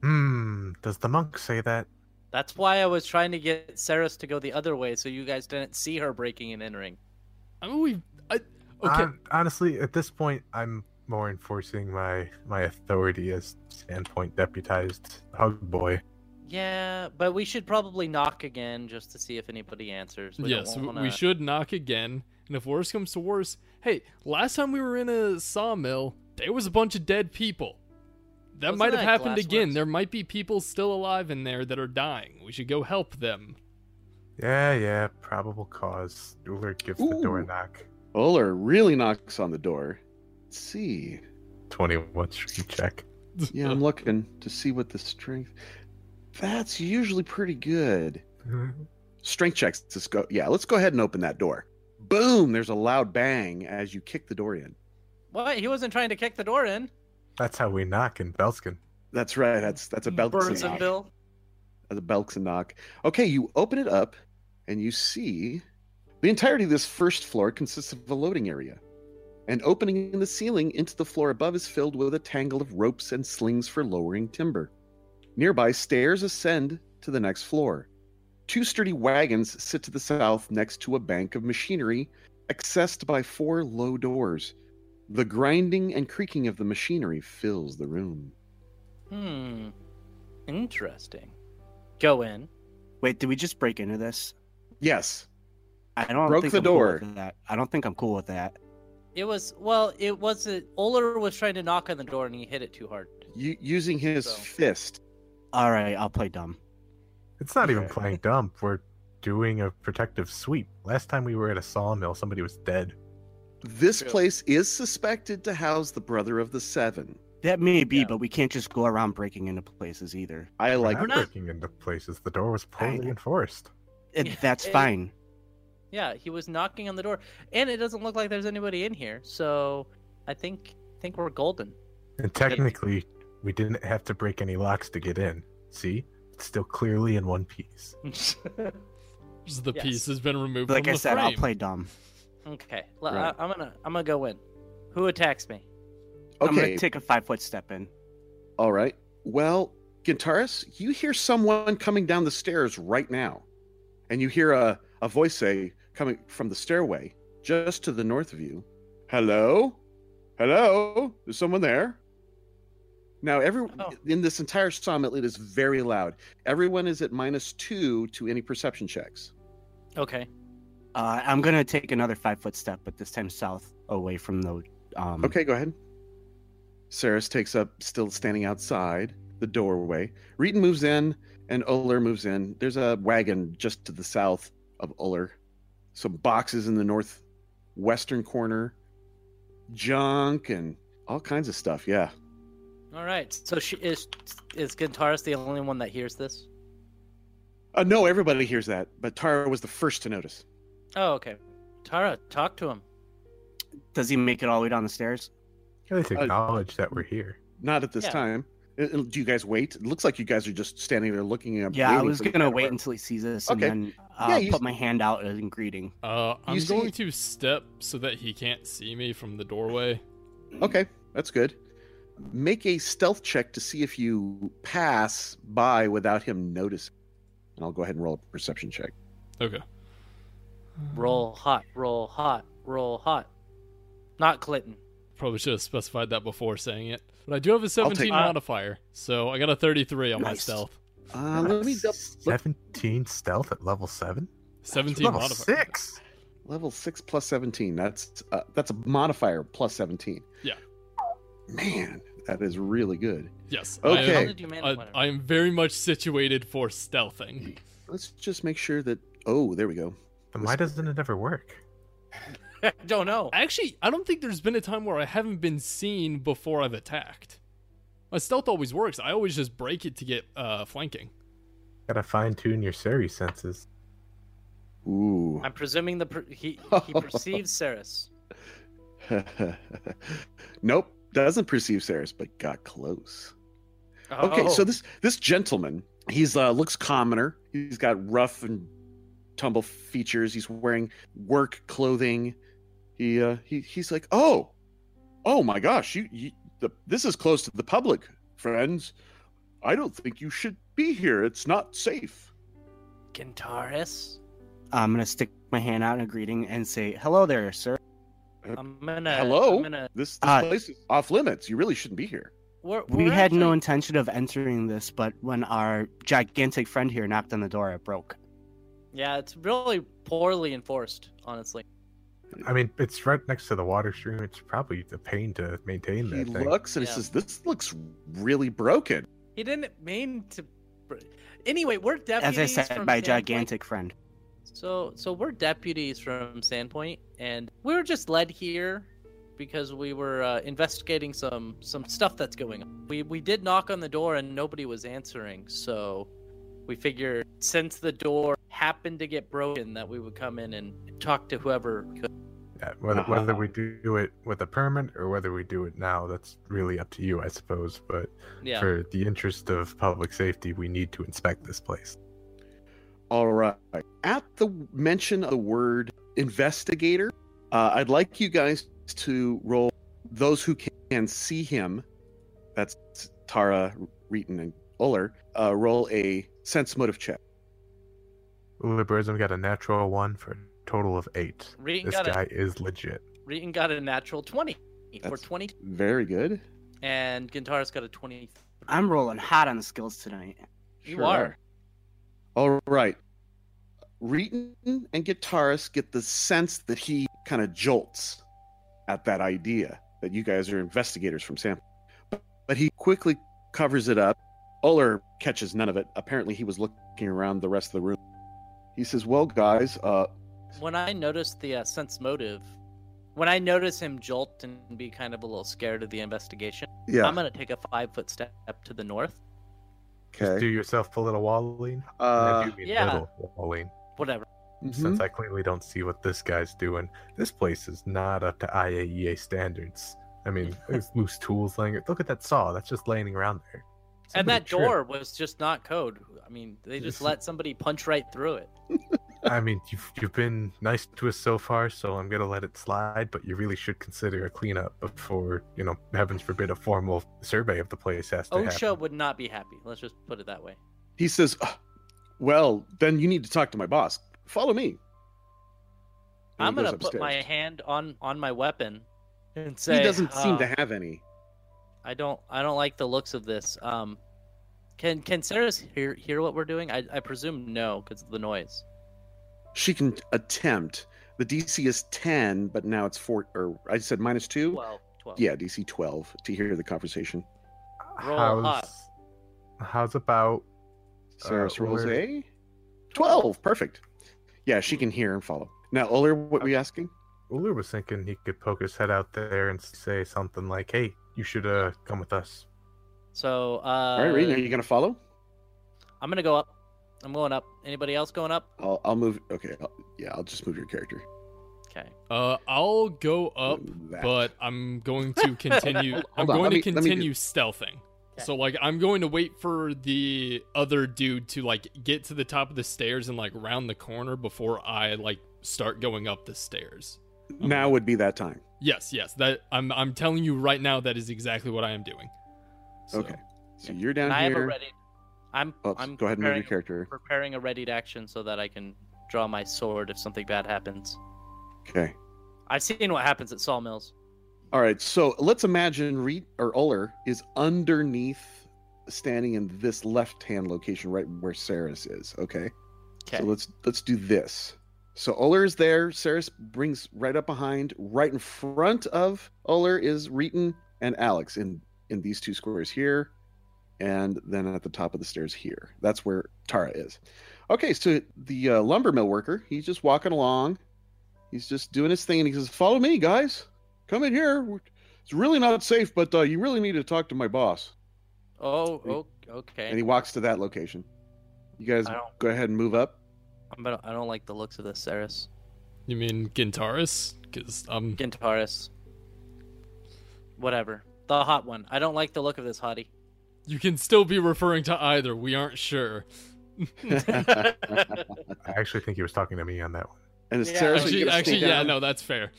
[SPEAKER 5] Hmm, does the monk say that?
[SPEAKER 3] That's why I was trying to get Saris to go the other way, so you guys didn't see her breaking and entering.
[SPEAKER 4] I mean, we. I, okay.
[SPEAKER 5] Hon- honestly, at this point, I'm more enforcing my my authority as standpoint deputized hug boy.
[SPEAKER 3] Yeah, but we should probably knock again just to see if anybody answers. We
[SPEAKER 4] yes,
[SPEAKER 3] don't
[SPEAKER 4] w-
[SPEAKER 3] wanna...
[SPEAKER 4] we should knock again. And if worse comes to worse, hey, last time we were in a sawmill, there was a bunch of dead people. That
[SPEAKER 3] Wasn't
[SPEAKER 4] might have
[SPEAKER 3] that
[SPEAKER 4] happened
[SPEAKER 3] glass
[SPEAKER 4] again.
[SPEAKER 3] works?
[SPEAKER 4] There might be people still alive in there that are dying. We should go help them.
[SPEAKER 5] Yeah, yeah, probable cause. Uller gives the door a
[SPEAKER 1] Ooh.
[SPEAKER 5] knock.
[SPEAKER 1] Oler really knocks on the door. Let's see.
[SPEAKER 5] 21 strength check.
[SPEAKER 1] Yeah, I'm looking to see what the strength. That's usually pretty good.
[SPEAKER 3] Mm-hmm.
[SPEAKER 1] Strength checks. Let's go. Yeah, let's go ahead and open that door. Boom! There's a loud bang as you kick the door in.
[SPEAKER 3] What? He wasn't trying to kick the door in.
[SPEAKER 5] That's how we knock in Belskin.
[SPEAKER 1] That's right. That's that's a Belkson knock.
[SPEAKER 3] Burnsonville.
[SPEAKER 1] That's a Belkson knock. Okay, you open it up, and you see the entirety of this first floor consists of a loading area. An opening in the ceiling into the floor above is filled with a tangle of ropes and slings for lowering timber. Nearby, stairs ascend to the next floor. Two sturdy wagons sit to the south next to a bank of machinery, accessed by four low doors. The grinding and creaking of the machinery fills the room.
[SPEAKER 3] Hmm. Interesting. Go in.
[SPEAKER 2] Wait, did we just break into this?
[SPEAKER 1] Yes,
[SPEAKER 2] I don't
[SPEAKER 1] Broke
[SPEAKER 2] think
[SPEAKER 1] the
[SPEAKER 2] I'm cool
[SPEAKER 1] door.
[SPEAKER 2] with that. I don't think I'm cool with that.
[SPEAKER 3] It was well. It wasn't. Oler was trying to knock on the door and he hit it too hard.
[SPEAKER 1] u- using his
[SPEAKER 3] So-
[SPEAKER 1] fist.
[SPEAKER 2] All right, I'll play dumb.
[SPEAKER 5] It's not even
[SPEAKER 1] Okay.
[SPEAKER 5] playing dump. We're doing a protective sweep. Last time we were at a sawmill, somebody was dead.
[SPEAKER 1] This
[SPEAKER 3] True.
[SPEAKER 1] place is suspected to house the brother of the seven.
[SPEAKER 2] That may be,
[SPEAKER 3] Yeah.
[SPEAKER 2] but we can't just go around breaking into places either.
[SPEAKER 1] I
[SPEAKER 5] We're
[SPEAKER 1] like
[SPEAKER 5] not
[SPEAKER 3] not-
[SPEAKER 5] breaking into places. The door was poorly
[SPEAKER 2] I-
[SPEAKER 5] enforced.
[SPEAKER 2] And
[SPEAKER 3] Yeah,
[SPEAKER 2] that's
[SPEAKER 3] it-
[SPEAKER 2] fine.
[SPEAKER 3] Yeah, he was knocking on the door, and it doesn't look like there's anybody in here. So I think think we're golden. <laughs>
[SPEAKER 5] And technically, we didn't have to break any locks to get in. See? It's still clearly in one piece.
[SPEAKER 4] Just the
[SPEAKER 3] Yes.
[SPEAKER 4] piece has been removed
[SPEAKER 2] Like
[SPEAKER 4] from
[SPEAKER 2] I
[SPEAKER 4] the
[SPEAKER 2] said, I'll
[SPEAKER 4] frame.
[SPEAKER 2] play dumb.
[SPEAKER 3] okay, well,
[SPEAKER 1] Right.
[SPEAKER 3] I, I'm gonna I'm gonna go in. Who attacks me?
[SPEAKER 2] I'm gonna
[SPEAKER 1] okay.
[SPEAKER 2] take a five foot step in.
[SPEAKER 1] all right. Well, Gintaris, you hear someone coming down the stairs right now. And you hear a, a voice say, coming from the stairway just to the north of you, Hello? Hello? Is someone there? Now, everyone
[SPEAKER 3] Oh.
[SPEAKER 1] in this entire summit, it is very loud. Everyone is at minus two to any perception checks.
[SPEAKER 3] Okay.
[SPEAKER 2] Uh, I'm gonna take another five foot step, but this time south away from the. Um,
[SPEAKER 1] Okay, go ahead. Saris takes up, still standing outside the doorway. Reeton moves in, and Uller moves in. There's a wagon just to the south of Uller. Some boxes in the northwestern corner, junk and all kinds of stuff. Yeah.
[SPEAKER 3] All right. So she is is Gintaris the only one that hears this?
[SPEAKER 1] Uh, no, everybody hears that, but Tara was the first to notice.
[SPEAKER 3] Oh, okay. Tara, talk to him.
[SPEAKER 2] Does he make it all the way down the stairs?
[SPEAKER 5] At least
[SPEAKER 1] Uh,
[SPEAKER 5] acknowledge that we're here.
[SPEAKER 1] Not at this
[SPEAKER 3] Yeah.
[SPEAKER 1] time. Uh, uh, Do you guys wait? It looks like you guys are just standing there looking up.
[SPEAKER 2] Yeah, I
[SPEAKER 1] waiting
[SPEAKER 2] was
[SPEAKER 1] for the
[SPEAKER 2] gonna
[SPEAKER 1] camera.
[SPEAKER 2] wait until he sees us
[SPEAKER 1] Okay.
[SPEAKER 2] and then uh,
[SPEAKER 1] Yeah, you-
[SPEAKER 2] put my hand out in greeting.
[SPEAKER 4] Uh, I'm
[SPEAKER 1] see-
[SPEAKER 4] going to step so that he can't see me from the doorway.
[SPEAKER 1] Okay, that's good. Make a stealth check to see if you pass by without him noticing. And I'll go ahead and roll a perception check.
[SPEAKER 4] Okay.
[SPEAKER 3] Roll hot, roll hot, roll hot. Not Clinton.
[SPEAKER 4] Probably should have specified that before saying it. But I do have a 17
[SPEAKER 1] take-
[SPEAKER 4] modifier, so I got a 33 on my
[SPEAKER 2] Nice.
[SPEAKER 4] stealth.
[SPEAKER 1] Uh, let me dou- let-
[SPEAKER 5] 17 stealth at level 7?
[SPEAKER 4] 17
[SPEAKER 5] Level
[SPEAKER 4] modifier.
[SPEAKER 5] 6!
[SPEAKER 1] level six plus seventeen. That's uh, that's a modifier plus seventeen.
[SPEAKER 4] Yeah.
[SPEAKER 1] Man, that is really good.
[SPEAKER 4] Yes.
[SPEAKER 3] How
[SPEAKER 1] Okay.
[SPEAKER 4] I am,
[SPEAKER 3] did you manage?
[SPEAKER 4] Uh, I, I am very much situated for stealthing.
[SPEAKER 1] Let's just make sure that. Oh, there we go.
[SPEAKER 5] Then why doesn't it ever work?
[SPEAKER 3] I don't know.
[SPEAKER 4] Actually, I don't think there's been a time where I haven't been seen before I've attacked. My stealth always works. I always just break it to get uh, flanking.
[SPEAKER 5] Gotta fine tune your Suri senses.
[SPEAKER 1] Ooh.
[SPEAKER 3] I'm presuming the per- he he perceives Ceres.
[SPEAKER 1] <laughs> nope, doesn't perceive Saris, but got close.
[SPEAKER 3] Oh.
[SPEAKER 1] Okay, so this this gentleman, he's uh, looks commoner. He's got rough and tumble features. He's wearing work clothing. He uh, he he's like, oh, oh my gosh, you, you the, this is close to the public, friends. I don't think you should be here. It's not safe.
[SPEAKER 3] Gintaris,
[SPEAKER 2] I'm gonna stick my hand out in a greeting and say, "Hello there, sir."
[SPEAKER 3] I'm gonna.
[SPEAKER 1] Hello?
[SPEAKER 3] I'm gonna.
[SPEAKER 1] This, this
[SPEAKER 2] Uh,
[SPEAKER 1] place is off limits. You really shouldn't be here.
[SPEAKER 3] We're,
[SPEAKER 2] We
[SPEAKER 3] we're
[SPEAKER 2] had no
[SPEAKER 3] actually-
[SPEAKER 2] intention of entering this, but when our gigantic friend here knocked on the door, it broke.
[SPEAKER 3] Yeah, it's really poorly enforced, honestly.
[SPEAKER 5] I mean, it's right next to the water stream. It's probably a pain to maintain
[SPEAKER 1] He
[SPEAKER 5] that thing.
[SPEAKER 1] looks and he
[SPEAKER 3] Yeah.
[SPEAKER 1] says, "This looks really broken."
[SPEAKER 3] He didn't mean to. br- Anyway, we're
[SPEAKER 2] As
[SPEAKER 3] deputies.
[SPEAKER 2] I said,
[SPEAKER 3] from
[SPEAKER 2] my
[SPEAKER 3] Sandpoint.
[SPEAKER 2] gigantic friend.
[SPEAKER 3] So, so we're deputies from Sandpoint, and we were just led here because we were uh, investigating some some stuff that's going on. We we did knock on the door and nobody was answering, so we figured since the door happened to get broken, that we would come in and talk to whoever could.
[SPEAKER 5] Yeah, uh, whether,
[SPEAKER 3] Uh-huh.
[SPEAKER 5] whether we do it with a permit or whether we do it now, that's really up to you, I suppose. But
[SPEAKER 3] Yeah.
[SPEAKER 5] for the interest of public safety, we need to inspect this place.
[SPEAKER 1] All right. At the mention of the word investigator, uh, I'd like you guys to roll those who can see him. That's Tara, Reeton, and Uller. Uh, roll a sense motive check.
[SPEAKER 5] Liberism got a natural one for a total of eight.
[SPEAKER 3] Reeton
[SPEAKER 5] This
[SPEAKER 3] got a
[SPEAKER 5] guy is legit.
[SPEAKER 3] Reeton got a natural twenty for
[SPEAKER 1] That's-
[SPEAKER 3] twenty,
[SPEAKER 1] Very good.
[SPEAKER 3] and Gintaris got a twenty.
[SPEAKER 2] I'm rolling hot on the skills tonight.
[SPEAKER 3] You are.
[SPEAKER 1] All right. Reeton and guitarist get the sense that he kind of jolts at that idea that you guys are investigators from Sam. But he quickly covers it up. Uller catches none of it. Apparently, he was looking around the rest of the room. He says, Well, guys, uh,
[SPEAKER 3] When I noticed the uh, sense motive, when I notice him jolt and be kind of a little scared of the investigation,
[SPEAKER 1] yeah,
[SPEAKER 3] I'm gonna take a five foot step up to the north.
[SPEAKER 5] Just
[SPEAKER 1] okay.
[SPEAKER 5] do yourself a little walling.
[SPEAKER 1] Uh,
[SPEAKER 5] do mean
[SPEAKER 3] yeah.
[SPEAKER 5] little walling.
[SPEAKER 3] Whatever.
[SPEAKER 1] mhm.
[SPEAKER 5] Since I clearly don't see what this guy's doing, this place is not up to IAEA standards. I mean,
[SPEAKER 3] Mm.
[SPEAKER 5] there's loose tools laying. Look at that saw. That's just laying around there.
[SPEAKER 3] and
[SPEAKER 5] Somebody
[SPEAKER 3] that
[SPEAKER 5] tripped.
[SPEAKER 3] door was just not code. I mean, they just let somebody punch right through it.
[SPEAKER 5] I mean, you've you've been nice to us so far, so I'm gonna let it slide. But you really should consider a cleanup before, you know, heavens forbid, a formal survey of the place has to
[SPEAKER 3] OSHA
[SPEAKER 5] happen.
[SPEAKER 3] would not be happy. Let's just put it that way.
[SPEAKER 1] He says, "Ugh, Well, then you need to talk to my boss. Follow me. And he
[SPEAKER 3] I'm gonna
[SPEAKER 1] goes
[SPEAKER 3] put my
[SPEAKER 1] upstairs.
[SPEAKER 3] hand on on my weapon and say.
[SPEAKER 1] He doesn't seem to
[SPEAKER 3] uh,
[SPEAKER 1] have any.
[SPEAKER 3] I don't. I don't like the looks of this. Um, can can Sarah's hear hear what we're doing? I I presume no because of the noise.
[SPEAKER 1] She can attempt. The DC is 10, but now it's 4, or I said minus 2?
[SPEAKER 3] Twelve. Twelve.
[SPEAKER 1] Yeah, DC 12 to hear the conversation.
[SPEAKER 3] Roll hot.
[SPEAKER 5] how's, how's about
[SPEAKER 1] Saris
[SPEAKER 5] Uh,
[SPEAKER 1] rolls
[SPEAKER 5] Uller-
[SPEAKER 1] a 12. Perfect. Yeah, she can hear and follow. Now, Uller, what were you asking?
[SPEAKER 5] Uller was thinking he could poke his head out there and say something like, "Hey, you should uh come with us."
[SPEAKER 3] So uh,
[SPEAKER 1] All right, Reed, are you going to follow?
[SPEAKER 3] I'm gonna go up. I'm going up. Anybody else going up?
[SPEAKER 1] I'll, I'll move. Okay. I'll, yeah, I'll just move your character.
[SPEAKER 3] Okay.
[SPEAKER 4] Uh, I'll go up,
[SPEAKER 1] Move that.
[SPEAKER 4] Oh, but I'm going
[SPEAKER 1] <laughs>
[SPEAKER 4] to continue.
[SPEAKER 1] Hold-
[SPEAKER 4] I'm
[SPEAKER 1] hold on,
[SPEAKER 4] going
[SPEAKER 1] let
[SPEAKER 4] to
[SPEAKER 1] me- let me do-
[SPEAKER 4] continue stealthing. So like, I'm going to wait for the other dude to like get to the top of the stairs and like round the corner before I like start going up the stairs.
[SPEAKER 1] now would be that time.
[SPEAKER 4] Yes, yes. That I'm I'm telling you right now. That is exactly what I am doing. So,
[SPEAKER 1] Okay. So you're down
[SPEAKER 3] And I have a
[SPEAKER 1] here.
[SPEAKER 3] ready. I'm.
[SPEAKER 1] Oops,
[SPEAKER 3] I'm
[SPEAKER 1] go ahead and move your
[SPEAKER 3] preparing-
[SPEAKER 1] character.
[SPEAKER 3] preparing a readied action so that I can draw my sword if something bad happens.
[SPEAKER 1] Okay.
[SPEAKER 3] I've seen what happens at sawmills.
[SPEAKER 1] All right. So let's imagine Reed or Uller is underneath, standing in this left-hand location, right where Saris is. Okay.
[SPEAKER 3] Okay.
[SPEAKER 1] So let's let's do this. So Uller is there. Saris brings right up behind, right in front of Uller is Reeton and Alex in in these two squares here, and then at the top of the stairs here. That's where Tara is. Okay, so the uh, lumber mill worker, he's just walking along. He's just doing his thing, and he says, "Follow me, guys. Come in here. We're- It's really not safe, but uh, you really need to talk to my boss."
[SPEAKER 3] oh, oh, okay.
[SPEAKER 1] And he walks to that location. You guys
[SPEAKER 3] I don't-
[SPEAKER 1] go ahead and move
[SPEAKER 3] <laughs>
[SPEAKER 1] up. <laughs>
[SPEAKER 3] I'm gonna, I don't like the looks of this, Ceres.
[SPEAKER 4] You mean Gintaris? um, Because I'm
[SPEAKER 3] Gintaris. Whatever. The hot one. I don't like the look of this
[SPEAKER 1] <laughs>
[SPEAKER 3] hottie.
[SPEAKER 4] You can still be referring to either. We aren't sure.
[SPEAKER 5] I actually think he was talking to me on that one.
[SPEAKER 1] And it's
[SPEAKER 3] Yeah,
[SPEAKER 1] Sarah's
[SPEAKER 4] Actually,
[SPEAKER 1] gonna
[SPEAKER 4] actually,
[SPEAKER 1] stay
[SPEAKER 4] yeah,
[SPEAKER 1] down.
[SPEAKER 4] no, that's fair.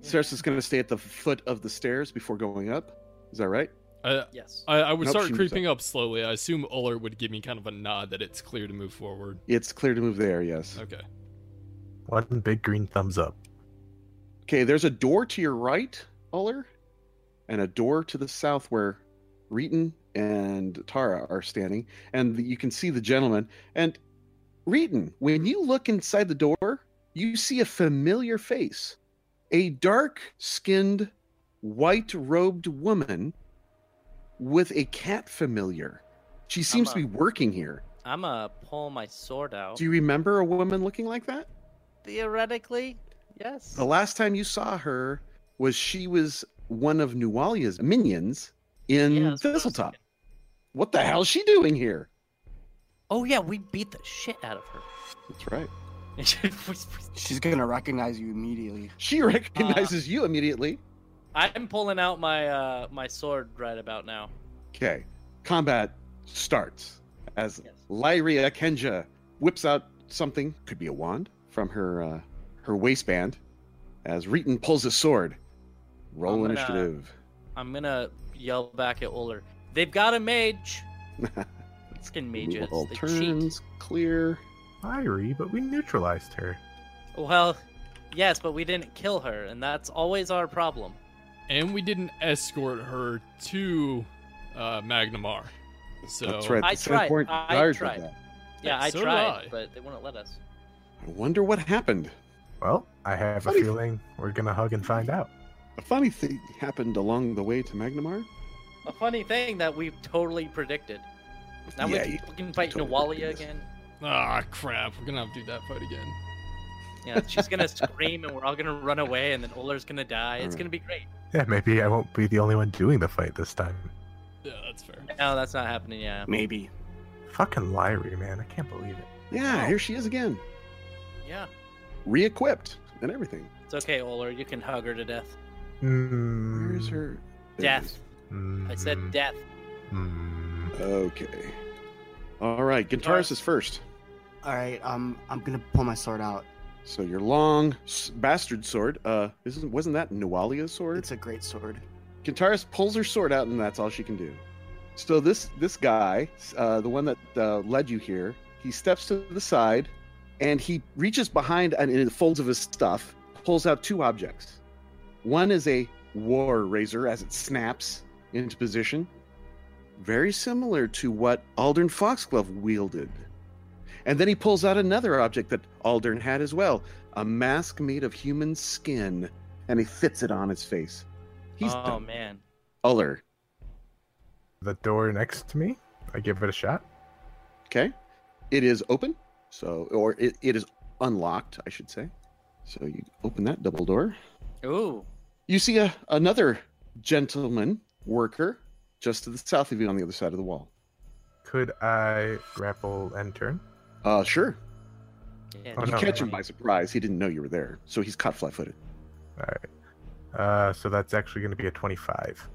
[SPEAKER 1] Sarah's is gonna stay at the foot of the stairs before going up. Is that right?
[SPEAKER 4] I
[SPEAKER 3] Yes.
[SPEAKER 4] I, I would
[SPEAKER 1] Nope,
[SPEAKER 4] start
[SPEAKER 1] she moves
[SPEAKER 4] creeping up slowly. I assume Uller would give me kind of a nod that it's clear to move forward.
[SPEAKER 1] It's clear to move there, yes.
[SPEAKER 4] Okay.
[SPEAKER 5] One big green thumbs up.
[SPEAKER 1] Okay, there's a door to your right, Uller, and a door to the south where Reeton and Tara are standing, and the, you can see the gentleman. And Reeton, when you look inside the door, you see a familiar face, a dark-skinned, white-robed woman with a cat familiar. She seems
[SPEAKER 3] a-
[SPEAKER 1] to be working here.
[SPEAKER 3] I'm gonna pull my sword out.
[SPEAKER 1] Do you remember a woman looking like that?
[SPEAKER 3] Theoretically, yes.
[SPEAKER 1] The last time you saw her was she was one of Nuwalia's minions in
[SPEAKER 3] Yeah, that's what I was
[SPEAKER 1] Thistletop.
[SPEAKER 3] thinking.
[SPEAKER 1] What the hell is she doing here?
[SPEAKER 3] Oh yeah, we beat the shit out of her. <laughs>
[SPEAKER 1] That's right.
[SPEAKER 2] She's gonna recognize you immediately.
[SPEAKER 1] She
[SPEAKER 3] Uh,
[SPEAKER 1] recognizes you immediately.
[SPEAKER 3] I'm pulling out my uh my sword right about now.
[SPEAKER 1] Okay. Combat starts as
[SPEAKER 3] Yes.
[SPEAKER 1] Lyria Kenja whips out something, could be a wand, from her uh, her waistband as Reeton pulls his sword. Roll
[SPEAKER 3] I'm gonna-
[SPEAKER 1] initiative.
[SPEAKER 3] I'm gonna yell back at Uller. They've got
[SPEAKER 1] <laughs>
[SPEAKER 3] a mage. Skin mages.
[SPEAKER 1] Roll
[SPEAKER 3] They cheat.
[SPEAKER 1] turns clear.
[SPEAKER 5] Irie, but we neutralized her.
[SPEAKER 3] Well, yes, but we didn't kill her, and that's always our problem.
[SPEAKER 4] And we didn't escort her to uh, Magnamar. So
[SPEAKER 1] That's right.
[SPEAKER 3] I
[SPEAKER 1] the Sandpoint
[SPEAKER 3] tried, I
[SPEAKER 1] guards are
[SPEAKER 3] tried.
[SPEAKER 1] back.
[SPEAKER 3] Yeah, I
[SPEAKER 4] So did
[SPEAKER 3] tried,
[SPEAKER 4] I.
[SPEAKER 3] but they wouldn't let us.
[SPEAKER 1] I wonder what happened.
[SPEAKER 5] Well, I have a
[SPEAKER 1] Funny-
[SPEAKER 5] feeling we're gonna hug and find out.
[SPEAKER 1] A funny thing happened along the way to Magnamar.
[SPEAKER 3] A funny thing that we totally predicted. Now
[SPEAKER 1] Yeah,
[SPEAKER 3] we
[SPEAKER 1] you
[SPEAKER 3] can fucking fight
[SPEAKER 1] totally
[SPEAKER 3] Nawalia
[SPEAKER 1] predicted
[SPEAKER 3] again.
[SPEAKER 4] Ah, crap. We're gonna have to do that fight again.
[SPEAKER 3] Yeah, she's gonna scream, and we're all gonna run away, and then Uller's gonna die. It's
[SPEAKER 1] Alright.
[SPEAKER 3] gonna be great.
[SPEAKER 5] Yeah, maybe I won't be the only one doing the fight this time.
[SPEAKER 4] Yeah, that's fair.
[SPEAKER 3] No, that's not happening. Yeah.
[SPEAKER 2] Maybe.
[SPEAKER 5] Fucking Lyrie, man. I can't believe it.
[SPEAKER 1] Yeah,
[SPEAKER 3] Oh.
[SPEAKER 1] here she is again,
[SPEAKER 3] Yeah.
[SPEAKER 1] re-equipped and everything.
[SPEAKER 3] It's okay, Uller. You can hug her to death.
[SPEAKER 5] Mm,
[SPEAKER 1] Where is her there it
[SPEAKER 3] Death.
[SPEAKER 1] is. Mm-hmm.
[SPEAKER 5] mm,
[SPEAKER 3] I said death.
[SPEAKER 5] mm.
[SPEAKER 1] Okay. All right, Gintaris
[SPEAKER 3] Gintaris.
[SPEAKER 1] is first.
[SPEAKER 2] All right, um, I'm gonna pull my sword out.
[SPEAKER 1] So your long s- bastard sword, uh, isn't wasn't that Nualia's sword?
[SPEAKER 2] It's a great sword.
[SPEAKER 1] Kintaris pulls her sword out, and that's all she can do. So this this guy, uh, the one that uh, led you here, he steps to the side, and he reaches behind and in the folds of his stuff, pulls out two objects. One is a war razor as it snaps into position, very similar to what Aldern Foxglove wielded. And then he pulls out another object that Aldern had as well, a mask made of human skin, and he fits it on his face. He's
[SPEAKER 3] oh
[SPEAKER 1] done.
[SPEAKER 3] man.
[SPEAKER 1] Uller.
[SPEAKER 5] The door next to me, I give it a shot.
[SPEAKER 1] Okay. It is open. So, or it, it is unlocked, I should say. So you open that double door.
[SPEAKER 3] Ooh.
[SPEAKER 1] You see a, another gentleman worker just to the south of you on the other side of the wall.
[SPEAKER 5] Could I grapple and turn?
[SPEAKER 1] Uh, sure.
[SPEAKER 3] Yeah,
[SPEAKER 5] Oh,
[SPEAKER 1] you
[SPEAKER 5] no.
[SPEAKER 1] catch him by surprise. He didn't know you were there. So he's caught flat footed.
[SPEAKER 5] Uh, so that's actually going to be a 25.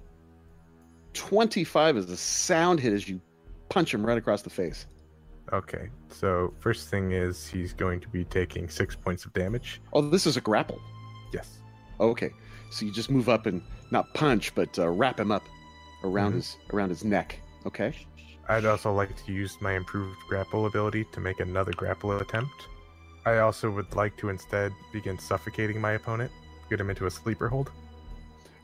[SPEAKER 1] 25 is a sound hit as you punch him right across the face.
[SPEAKER 5] Okay, so first thing is he's going to be taking six points of damage.
[SPEAKER 1] Oh, this is a grapple.
[SPEAKER 5] Yes.
[SPEAKER 1] Okay. So you just move up and not punch, but uh, wrap him up around
[SPEAKER 5] Mhm.
[SPEAKER 1] his around his neck. Okay.
[SPEAKER 5] I'd also like to use my improved grapple ability to make another grapple attempt. I also would like to instead begin suffocating my opponent, get him into a sleeper hold.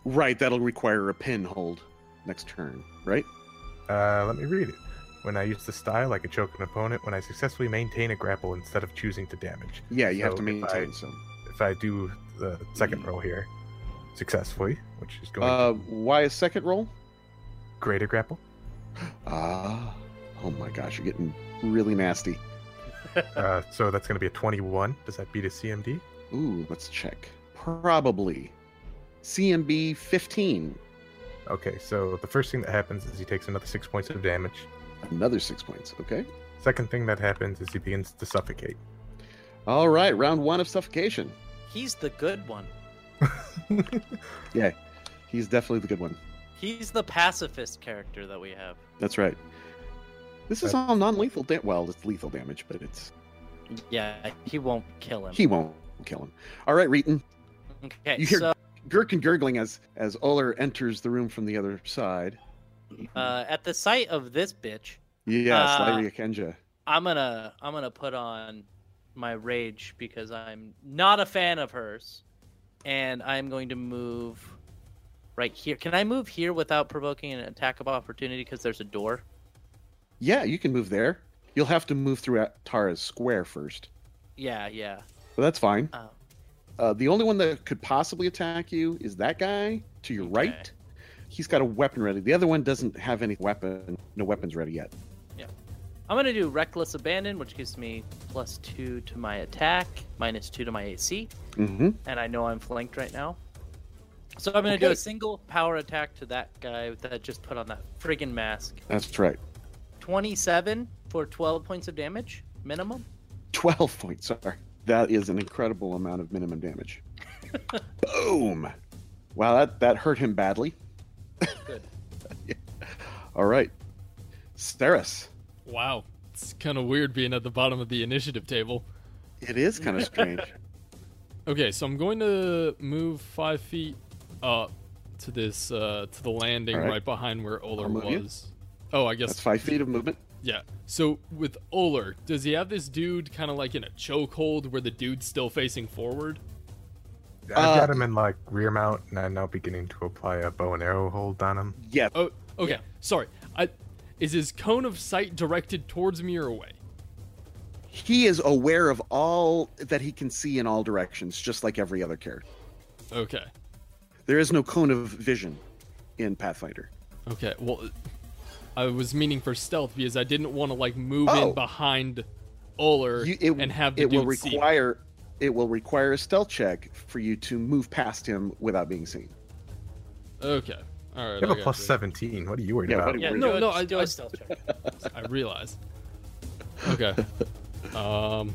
[SPEAKER 1] Right, that'll require a pin hold next turn, right?
[SPEAKER 5] Uh, let me read it. When I use the style, I can choke an opponent when I successfully maintain a grapple instead of choosing to damage.
[SPEAKER 1] Yeah, you have
[SPEAKER 5] So
[SPEAKER 1] to
[SPEAKER 5] if
[SPEAKER 1] maintain some.
[SPEAKER 5] If I do the second roll here successfully, which is going
[SPEAKER 1] Uh,
[SPEAKER 5] to
[SPEAKER 1] why a second roll? <gasps>
[SPEAKER 5] greater grapple,
[SPEAKER 1] Ah, oh my gosh, you're getting really nasty.
[SPEAKER 5] uh, so that's going to be a 21. Does that beat a CMD?
[SPEAKER 1] Ooh, let's check. Probably. CMB 15,
[SPEAKER 5] Okay, so the first thing that happens is he takes another six points of damage.
[SPEAKER 1] another six points. Okay.
[SPEAKER 5] Second thing that happens is he begins to
[SPEAKER 1] <laughs>
[SPEAKER 5] suffocate.
[SPEAKER 1] All right, round one of suffocation.
[SPEAKER 3] He's the good one.
[SPEAKER 1] He's definitely the good one.
[SPEAKER 3] He's the pacifist character that we have.
[SPEAKER 1] That's right. This is
[SPEAKER 5] That-
[SPEAKER 1] all non-lethal. Da- well, it's lethal damage, but it's
[SPEAKER 3] Yeah, he won't kill him.
[SPEAKER 1] he won't kill him. All right, Reeton.
[SPEAKER 3] okay,
[SPEAKER 1] you hear-
[SPEAKER 3] so
[SPEAKER 1] Gherkin gurgling as as Uller enters the room from the other side.
[SPEAKER 3] uh, at the sight of this bitch,
[SPEAKER 1] Yes,
[SPEAKER 3] Uh,
[SPEAKER 1] Lyria Kenja.
[SPEAKER 3] I'm gonna I'm gonna put on my rage because I'm not a fan of hers, and I'm going to move right here. Can I move here without provoking an attack of opportunity because there's a door?
[SPEAKER 1] Yeah, you can move there. You'll have to move through Tara's square first,
[SPEAKER 3] Yeah, yeah.
[SPEAKER 1] but that's fine.
[SPEAKER 3] Um,
[SPEAKER 1] Uh, the only one that could possibly attack you is that guy to your
[SPEAKER 3] Okay.
[SPEAKER 1] right. He's got a weapon ready. The other one doesn't have any weapon, no weapons ready yet.
[SPEAKER 3] I'm gonna do reckless abandon, which gives me plus two to my attack, minus two to my AC,
[SPEAKER 1] Mm-hmm.
[SPEAKER 3] and I know I'm flanked right now. So I'm gonna do
[SPEAKER 1] Okay.
[SPEAKER 3] a single power attack to that guy that just put on that friggin' mask.
[SPEAKER 1] That's right. <laughs>
[SPEAKER 3] 27 for 12 points of damage minimum.
[SPEAKER 1] Twelve points. Sorry, that is an incredible amount of minimum
[SPEAKER 3] <laughs>
[SPEAKER 1] damage. Boom! Wow, that that hurt him badly. <laughs>
[SPEAKER 3] Good.
[SPEAKER 1] All right, Steris.
[SPEAKER 4] Wow. It's kind of weird being at the bottom of the initiative table.
[SPEAKER 1] It is kind
[SPEAKER 3] <laughs>
[SPEAKER 1] of strange.
[SPEAKER 4] Okay, so I'm going to move five feet up to this uh, to the landing
[SPEAKER 1] All
[SPEAKER 4] right.
[SPEAKER 1] right.
[SPEAKER 4] behind where Oler
[SPEAKER 1] I'll move you.
[SPEAKER 4] was. Oh, I guess
[SPEAKER 1] That's five feet of movement.
[SPEAKER 4] yeah. So with Oler, does he have this dude kind of like in a chokehold where the dude's still facing forward?
[SPEAKER 5] I've
[SPEAKER 1] Uh,
[SPEAKER 5] got him in like rear mount, and I'm now beginning to apply a bow and arrow hold on him.
[SPEAKER 1] Yeah,
[SPEAKER 4] Oh, okay. Sorry. I is his cone of sight directed towards me or away?
[SPEAKER 1] he is aware of all that he can see in all directions, just like every other character.
[SPEAKER 4] Okay.
[SPEAKER 1] There is no cone of vision in Pathfinder.
[SPEAKER 4] Okay. Well, I was meaning for stealth because I didn't want to like move
[SPEAKER 1] Oh.
[SPEAKER 4] in behind Oler
[SPEAKER 1] You, it,
[SPEAKER 4] and have the
[SPEAKER 1] it
[SPEAKER 4] dude
[SPEAKER 1] will
[SPEAKER 4] see. me.
[SPEAKER 1] require it will require a stealth check for you to move past him without being seen.
[SPEAKER 4] Okay. All right.
[SPEAKER 5] You
[SPEAKER 4] I
[SPEAKER 5] have a
[SPEAKER 4] got
[SPEAKER 5] plus
[SPEAKER 4] you.
[SPEAKER 5] 17. What are you worried
[SPEAKER 1] Yeah,
[SPEAKER 5] about?
[SPEAKER 1] what do
[SPEAKER 3] Yeah,
[SPEAKER 1] We're
[SPEAKER 3] no,
[SPEAKER 4] good.
[SPEAKER 3] no,
[SPEAKER 4] I-
[SPEAKER 3] I do
[SPEAKER 4] I-
[SPEAKER 3] a stealth check.
[SPEAKER 4] I realize.
[SPEAKER 1] <laughs>
[SPEAKER 4] Okay. um.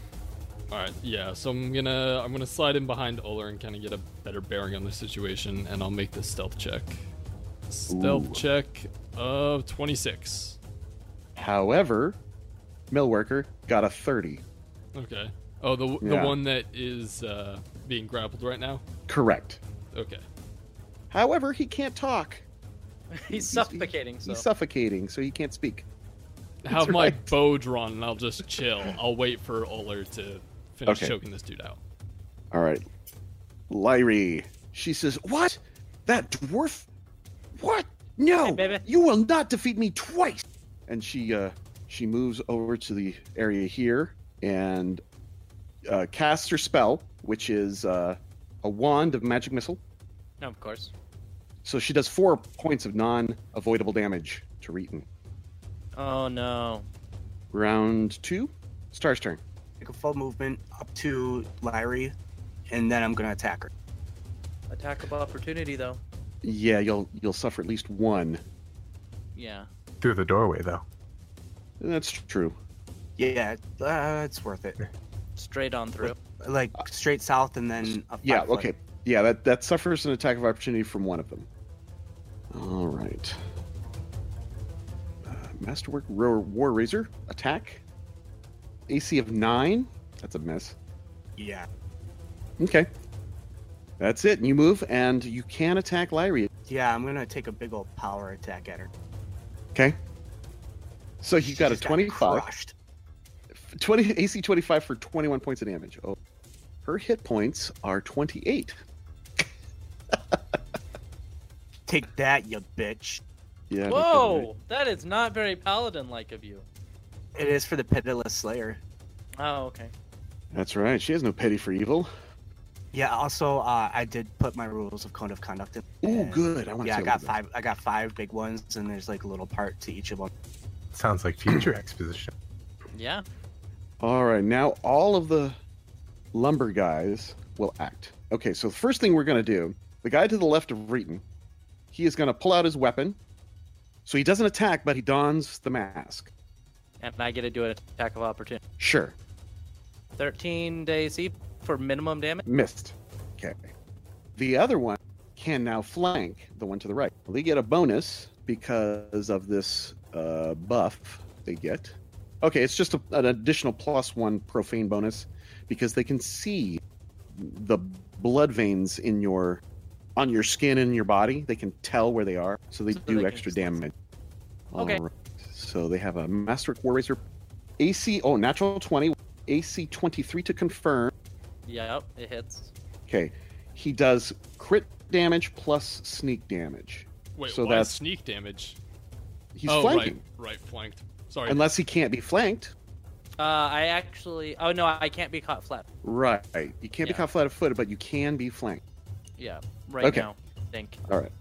[SPEAKER 4] All right. Yeah. So I'm gonna I'm gonna slide in behind Oler and kind of get a better bearing on the situation, and I'll make the stealth check. Stealth
[SPEAKER 1] Ooh.
[SPEAKER 4] check of 26.
[SPEAKER 1] However, Millworker got a 30.
[SPEAKER 4] Okay. Oh, the the
[SPEAKER 1] Yeah.
[SPEAKER 4] one that is uh, being grappled right now.
[SPEAKER 1] Correct.
[SPEAKER 4] Okay.
[SPEAKER 1] However, he can't talk.
[SPEAKER 3] He's suffocating, so
[SPEAKER 1] He's suffocating, so he can't speak.
[SPEAKER 4] Have my
[SPEAKER 1] right.
[SPEAKER 4] bow drawn and I'll
[SPEAKER 1] <laughs>
[SPEAKER 4] just chill. I'll wait for Oler to finish
[SPEAKER 1] Okay.
[SPEAKER 4] choking this dude out.
[SPEAKER 1] All right. Lyrie. She says, What? That dwarf? What?
[SPEAKER 3] Hey,
[SPEAKER 1] No!
[SPEAKER 3] baby.
[SPEAKER 1] you will not defeat me twice! And she uh, she moves over to the area here and uh, casts her spell, which is uh, a wand of magic missile.
[SPEAKER 3] no, of course.
[SPEAKER 1] So she does four points of non avoidable damage to Reeton.
[SPEAKER 3] Oh no.
[SPEAKER 1] Round two, Star's turn.
[SPEAKER 2] Take a full movement up to Lyrie, and then I'm gonna attack her.
[SPEAKER 3] Attack of opportunity though.
[SPEAKER 1] Yeah, you'll you'll suffer at least one.
[SPEAKER 3] Yeah.
[SPEAKER 5] Through the doorway, though.
[SPEAKER 1] That's true.
[SPEAKER 2] Yeah, uh, it's worth it.
[SPEAKER 3] Straight on through.
[SPEAKER 2] Like straight south and then up.
[SPEAKER 1] Yeah, okay. Yeah, that, that suffers an attack of opportunity from one of them. All right. Uh, Masterwork Ro- War Razor attack. AC of nine. That's a miss.
[SPEAKER 2] Yeah,
[SPEAKER 1] Okay. That's it. and You move, and you can attack Lyria.
[SPEAKER 2] yeah. I'm gonna take a big old power attack at her.
[SPEAKER 1] Okay. So you
[SPEAKER 2] She
[SPEAKER 1] got a
[SPEAKER 2] just
[SPEAKER 1] 25.
[SPEAKER 2] crushed.
[SPEAKER 1] 20 AC 25 for 21 points of damage. Oh, her hit points are 28.
[SPEAKER 2] Take that, you bitch.
[SPEAKER 1] Yeah. that's right.
[SPEAKER 3] Whoa! That is not very paladin like of you.
[SPEAKER 2] It is for the pitiless slayer.
[SPEAKER 3] Oh, okay.
[SPEAKER 1] That's right. She has no pity for evil.
[SPEAKER 2] Yeah. Also, uh, I did put my rules of code of conduct in.
[SPEAKER 1] Ooh,
[SPEAKER 2] and-
[SPEAKER 1] good. I want to see
[SPEAKER 2] Yeah, I
[SPEAKER 1] all
[SPEAKER 2] got
[SPEAKER 1] those.
[SPEAKER 2] five. I got five big ones, and there's like a little part to each of them.
[SPEAKER 5] Sounds like future exposition.
[SPEAKER 3] Yeah.
[SPEAKER 1] All right, now all of the lumber guys will act. Okay, so the first thing we're going to do, the guy to the left of Reeton, he is going to pull out his weapon. So he doesn't attack, but he dons the mask.
[SPEAKER 3] And I get to do an attack of opportunity.
[SPEAKER 1] Sure,
[SPEAKER 3] Thirteen days C for minimum damage.
[SPEAKER 1] missed. Okay. The other one can now flank the one to the right. They get a bonus because of this uh, buff they get. Okay, it's just a, an additional plus one profane bonus because they can see the blood veins in your on your skin and your body. They can tell where they are, so they
[SPEAKER 3] So
[SPEAKER 1] do
[SPEAKER 3] they can
[SPEAKER 1] extra
[SPEAKER 3] sense it.
[SPEAKER 1] damage.
[SPEAKER 3] Okay.
[SPEAKER 1] Alright, So they have a Master War Razor AC oh natural twenty AC twenty three to confirm.
[SPEAKER 3] Yep, it hits.
[SPEAKER 1] Okay. He does crit damage plus sneak damage.
[SPEAKER 4] Wait,
[SPEAKER 1] So
[SPEAKER 4] why
[SPEAKER 1] that's-
[SPEAKER 4] sneak damage?
[SPEAKER 1] He's
[SPEAKER 4] oh,
[SPEAKER 1] flanking.
[SPEAKER 4] right, right, flanked. Sorry.
[SPEAKER 1] Unless he can't be flanked.
[SPEAKER 3] Uh, I actually. Oh no, I can't be caught flat.
[SPEAKER 1] Right. You can't be
[SPEAKER 3] Yeah.
[SPEAKER 1] caught flat footed, but you can be flanked.
[SPEAKER 3] Yeah, right
[SPEAKER 1] Okay.
[SPEAKER 3] now. I think.
[SPEAKER 1] All right.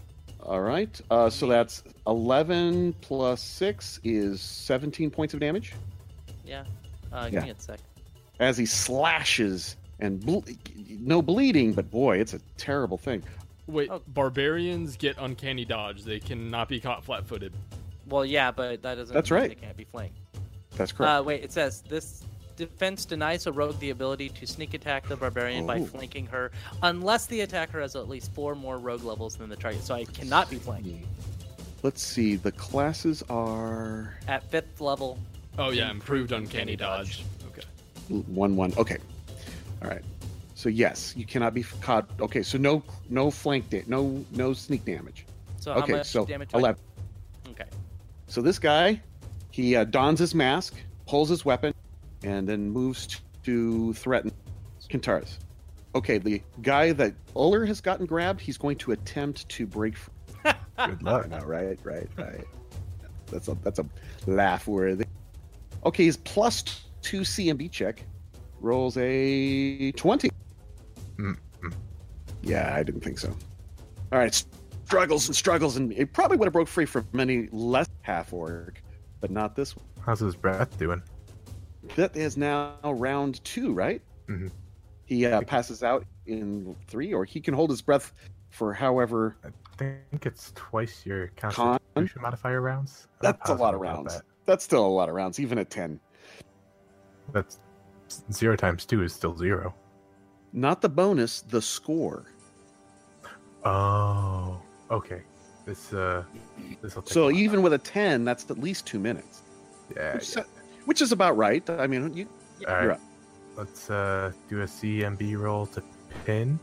[SPEAKER 1] All right. Uh, so that's 11 plus 6 is 17 points of damage
[SPEAKER 3] Yeah. Uh, give
[SPEAKER 1] Yeah.
[SPEAKER 3] me a sec.
[SPEAKER 1] as he slashes and ble- no bleeding, but boy, it's a terrible thing.
[SPEAKER 4] Wait,
[SPEAKER 3] Oh.
[SPEAKER 4] barbarians get uncanny dodge. They cannot be caught flat-footed.
[SPEAKER 3] Well, yeah, but that doesn't.
[SPEAKER 1] That's
[SPEAKER 3] mean
[SPEAKER 1] right.
[SPEAKER 3] They can't be flanked.
[SPEAKER 1] That's correct.
[SPEAKER 3] Uh, wait, it says this defense denies a rogue the ability to sneak attack the barbarian by
[SPEAKER 1] Oh.
[SPEAKER 3] flanking her, unless the attacker has at least four more rogue levels than the target. So I cannot be flanked
[SPEAKER 1] Let's see. The classes are
[SPEAKER 3] at fifth leple.
[SPEAKER 4] Oh yeah, improved uncanny dodge. Okay.
[SPEAKER 1] one one okay all right so yes you cannot be caught okay so no no flank da- no no sneak damage
[SPEAKER 3] So how
[SPEAKER 1] okay
[SPEAKER 3] much
[SPEAKER 1] so
[SPEAKER 3] damage? do I-
[SPEAKER 1] 11
[SPEAKER 3] Okay.
[SPEAKER 1] so this guy he uh, dons his mask pulls his weapon and then moves t- to threaten Kintaris. okay the guy that Uller has gotten grabbed he's going to attempt to break free.
[SPEAKER 5] Good luck.
[SPEAKER 1] no, right right right that's a that's a laugh worthy okay he's plus two cmb check rolls a 20
[SPEAKER 5] Mm,
[SPEAKER 1] yeah i didn't think so all right struggles and struggles and it probably would have broke free from many less half orc but not this one
[SPEAKER 5] How's his breath doing?
[SPEAKER 1] that is now round two right
[SPEAKER 5] Mhm.
[SPEAKER 1] he uh, passes out in three or he can hold his breath for however
[SPEAKER 5] I think it's twice your
[SPEAKER 1] Con?
[SPEAKER 5] constitution modifier rounds. I'm not
[SPEAKER 1] that's a lot of
[SPEAKER 5] positive about
[SPEAKER 1] rounds
[SPEAKER 5] that.
[SPEAKER 1] that's still a lot of rounds even at 10
[SPEAKER 5] That's zero times two is still zero.
[SPEAKER 1] not the bonus the score
[SPEAKER 5] Oh, okay. This uh, this will take. a
[SPEAKER 1] So
[SPEAKER 5] while.
[SPEAKER 1] even with a 10, that's at least two minutes,
[SPEAKER 5] yeah,
[SPEAKER 1] which, is- which is about right. I mean, you,
[SPEAKER 5] yeah. All
[SPEAKER 1] you're
[SPEAKER 5] right.
[SPEAKER 1] up.
[SPEAKER 5] Let's uh, do a CMB roll to pin,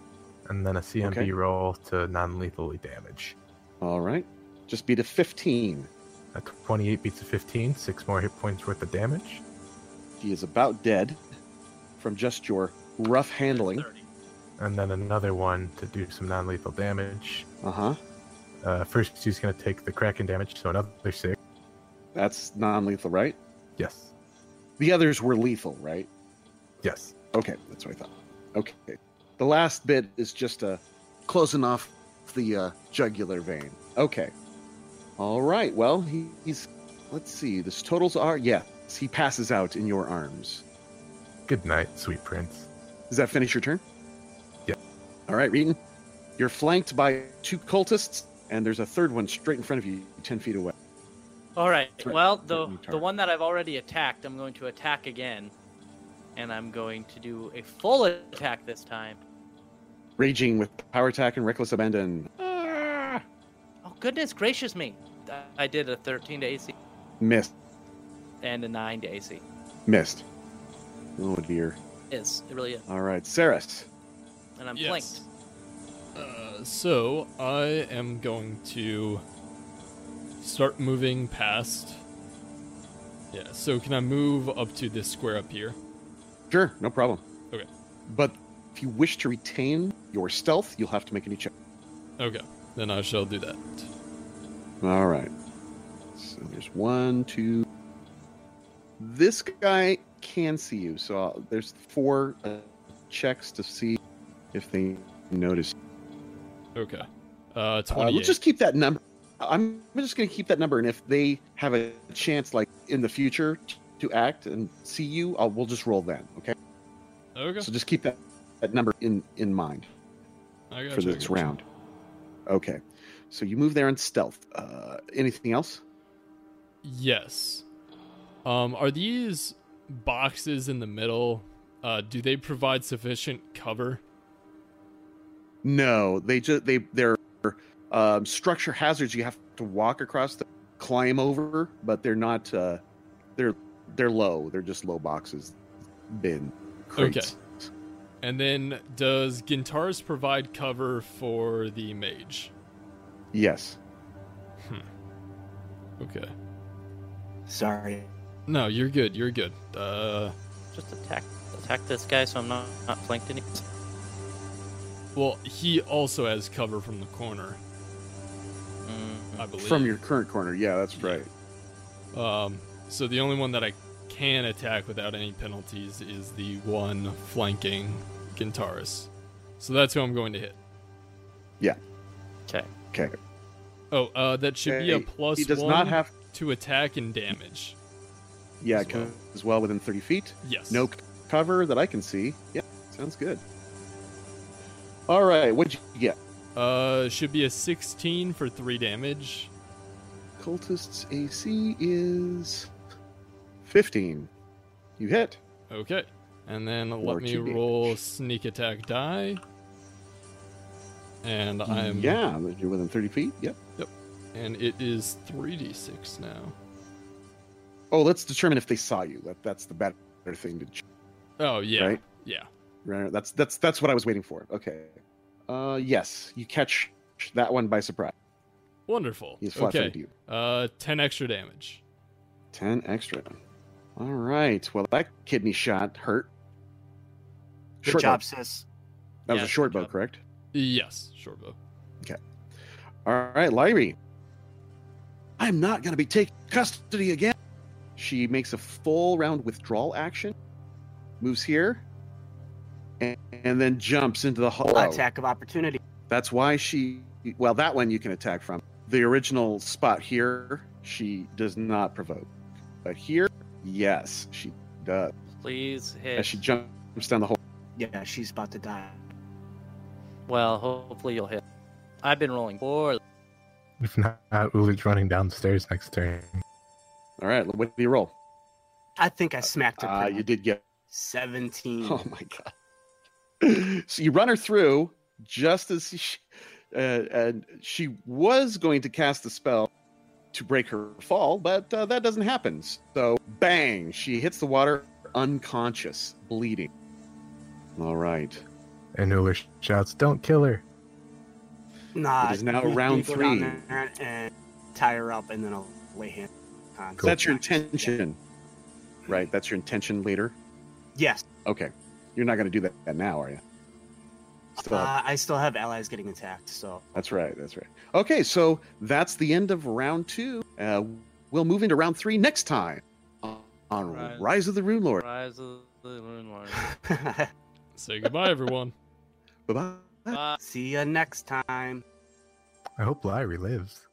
[SPEAKER 5] and then a CMB
[SPEAKER 1] Okay.
[SPEAKER 5] roll to non-lethally damage.
[SPEAKER 1] All right. Just beat a 15.
[SPEAKER 5] A 28 beats a 15, six more hit points worth of damage.
[SPEAKER 1] He is about dead from just your rough handling.
[SPEAKER 4] 30.
[SPEAKER 5] and then another one to do some non-lethal damage.
[SPEAKER 1] Uh huh.
[SPEAKER 5] Uh, first, he's going to take the kraken damage, so another six.
[SPEAKER 1] That's non lethal, right?
[SPEAKER 5] Yes,
[SPEAKER 1] The others were lethal, right?
[SPEAKER 5] yes.
[SPEAKER 1] Okay, that's what I thought. Okay. The last bit is just uh, closing off the uh, jugular vein. Okay. All right. Well, he, he's. Let's see. This totals are. Yes, he passes out in your arms.
[SPEAKER 5] Good night, sweet prince.
[SPEAKER 1] Does that finish your turn?
[SPEAKER 5] Yeah.
[SPEAKER 1] All right, Reeton. You're flanked by two cultists, and there's a third one straight in front of you, 10 feet away.
[SPEAKER 3] All right.
[SPEAKER 1] Right,
[SPEAKER 3] Well, the
[SPEAKER 1] let me
[SPEAKER 3] the
[SPEAKER 1] turn.
[SPEAKER 3] one that I've already attacked, I'm going to attack again, and I'm going to do a full attack this time.
[SPEAKER 1] Raging with power attack and reckless abandon. Ah!
[SPEAKER 3] Oh goodness gracious me! Th- I did a 13 to AC
[SPEAKER 1] Missed.
[SPEAKER 3] and a 9 to AC.
[SPEAKER 1] Missed. Oh, dear.
[SPEAKER 3] Is it really is?
[SPEAKER 1] All right, Saris.
[SPEAKER 3] And I'm
[SPEAKER 4] Yes.
[SPEAKER 3] flanked.
[SPEAKER 4] Uh, so I am going to start moving past. Yeah. So can I move up to this square up here?
[SPEAKER 1] Sure, no problem.
[SPEAKER 4] Okay.
[SPEAKER 1] But if you wish to retain your stealth, you'll have to make a new check.
[SPEAKER 4] Okay. Then I shall do that.
[SPEAKER 1] All right. So there's one, two. This guy can see you. So uh, there's four uh, checks to see if they notice.
[SPEAKER 4] Okay. Uh,
[SPEAKER 1] Uh,
[SPEAKER 4] twenty-eight.
[SPEAKER 1] we'll just keep that number. I'm just going to keep that number, and if they have a chance, like in the future, t- to act and see you, I'll, we'll just roll then. Okay.
[SPEAKER 4] okay.
[SPEAKER 1] So just keep that, that number in in mind.
[SPEAKER 4] I
[SPEAKER 1] for
[SPEAKER 4] gotcha, I
[SPEAKER 1] this
[SPEAKER 4] gotcha.
[SPEAKER 1] round. Okay. So you move there on stealth. Uh, anything else?
[SPEAKER 4] Yes. Um, are these boxes in the middle? Uh, do they provide sufficient cover?
[SPEAKER 1] No, they just they they're um, structure hazards. You have to walk across, the, climb over, but they're not. Uh, they're they're low. They're just low boxes, bin crates.
[SPEAKER 4] And then does Gintaris provide cover for the mage?
[SPEAKER 1] Yes.
[SPEAKER 4] Okay.
[SPEAKER 2] Sorry.
[SPEAKER 4] No, you're good. You're good. Uh,
[SPEAKER 3] Just attack attack this guy, so I'm not not flanked anymore.
[SPEAKER 4] well, he also has cover from the corner,
[SPEAKER 3] Mm,
[SPEAKER 4] I believe.
[SPEAKER 1] From your current corner. Yeah, that's
[SPEAKER 4] Yeah.
[SPEAKER 1] right.
[SPEAKER 4] Um, so the only one that I can attack without any penalties is the one flanking Gintaris. So that's who I'm going to hit.
[SPEAKER 3] Okay.
[SPEAKER 1] Okay.
[SPEAKER 4] Oh, uh, that should be a
[SPEAKER 1] Okay,
[SPEAKER 4] plus
[SPEAKER 1] He does
[SPEAKER 4] one
[SPEAKER 1] not have.
[SPEAKER 4] to attack and damage.
[SPEAKER 1] Yeah,
[SPEAKER 4] as well.
[SPEAKER 1] co- as well within thirty feet.
[SPEAKER 4] Yes.
[SPEAKER 1] No c- cover that I can see. Yeah, sounds good. All right, what'd you get?
[SPEAKER 4] Uh, should be a 16 for three damage.
[SPEAKER 1] Cultist's AC is 15. You hit.
[SPEAKER 4] Okay. And then
[SPEAKER 1] Or
[SPEAKER 4] let me
[SPEAKER 1] two damage.
[SPEAKER 4] roll sneak attack die. And
[SPEAKER 3] Um,
[SPEAKER 4] I'm
[SPEAKER 1] Yeah, you're within 30 feet. Yep.
[SPEAKER 4] and it is 3d6 now.
[SPEAKER 1] Oh, let's determine if they saw you. That that's the better thing to ch-
[SPEAKER 4] Oh yeah.
[SPEAKER 1] Right.
[SPEAKER 4] Yeah.
[SPEAKER 1] right? That's that's that's what I was waiting for. Okay. Uh yes, you catch that one by surprise.
[SPEAKER 4] Wonderful.
[SPEAKER 1] He's flat footed
[SPEAKER 4] Okay.
[SPEAKER 1] to you.
[SPEAKER 4] Uh 10 extra damage.
[SPEAKER 1] 10 extra. All right. Well, that kidney shot hurt.
[SPEAKER 2] Good
[SPEAKER 1] Short bow.
[SPEAKER 2] job, sis.
[SPEAKER 1] That was
[SPEAKER 3] Yeah,
[SPEAKER 1] a short
[SPEAKER 3] good
[SPEAKER 1] bow,
[SPEAKER 3] job.
[SPEAKER 1] correct?
[SPEAKER 4] Yes, shortbow.
[SPEAKER 1] All right, Lyrie. I'm not going to be taken custody again. She makes a full round withdrawal action, moves here, and, and then jumps into the hollow.
[SPEAKER 2] Attack of opportunity.
[SPEAKER 1] That's why she. Well, that one you can attack from. The original spot here, she does not provoke. But here, yes, she does.
[SPEAKER 3] Please hit.
[SPEAKER 1] As she jumps down the hole.
[SPEAKER 2] Yeah, she's about to die.
[SPEAKER 3] Well, hopefully you'll hit. I've been rolling poor.
[SPEAKER 5] If not, Uli's running downstairs next turn.
[SPEAKER 1] All right, what do you roll?
[SPEAKER 2] I think I smacked her.
[SPEAKER 1] Uh,
[SPEAKER 2] pretty
[SPEAKER 1] you
[SPEAKER 2] hard.
[SPEAKER 1] did get
[SPEAKER 2] 17.
[SPEAKER 1] <laughs> Oh my god! So you run her through just as she, uh, and she was going to cast the spell to break her fall, but uh, that doesn't happen. So bang! She hits the water, unconscious, bleeding. All right.
[SPEAKER 5] And Uller shouts, "Don't kill her!"
[SPEAKER 2] Nah.
[SPEAKER 1] It is now
[SPEAKER 2] we- we
[SPEAKER 1] round
[SPEAKER 2] go down
[SPEAKER 1] three.
[SPEAKER 2] there And tie her up, and then I'll lay hand. on-
[SPEAKER 5] Cool.
[SPEAKER 1] That's your intention, right? That's your intention, leader.
[SPEAKER 2] Yes.
[SPEAKER 1] Okay. You're not going to do that now, are you? Still have
[SPEAKER 2] Uh, I still have allies getting attacked, so <laughs>
[SPEAKER 1] That's right. That's right. Okay, so that's the end of round two. Uh, we'll move into round three next time on on
[SPEAKER 3] Right.
[SPEAKER 1] Rise of the Rune Lord.
[SPEAKER 3] Rise of the
[SPEAKER 1] <laughs>
[SPEAKER 3] Rune Lord.
[SPEAKER 4] Say goodbye, everyone.
[SPEAKER 1] Bye bye.
[SPEAKER 3] Bye.
[SPEAKER 2] see you next time.
[SPEAKER 5] I hope Lyrie lives.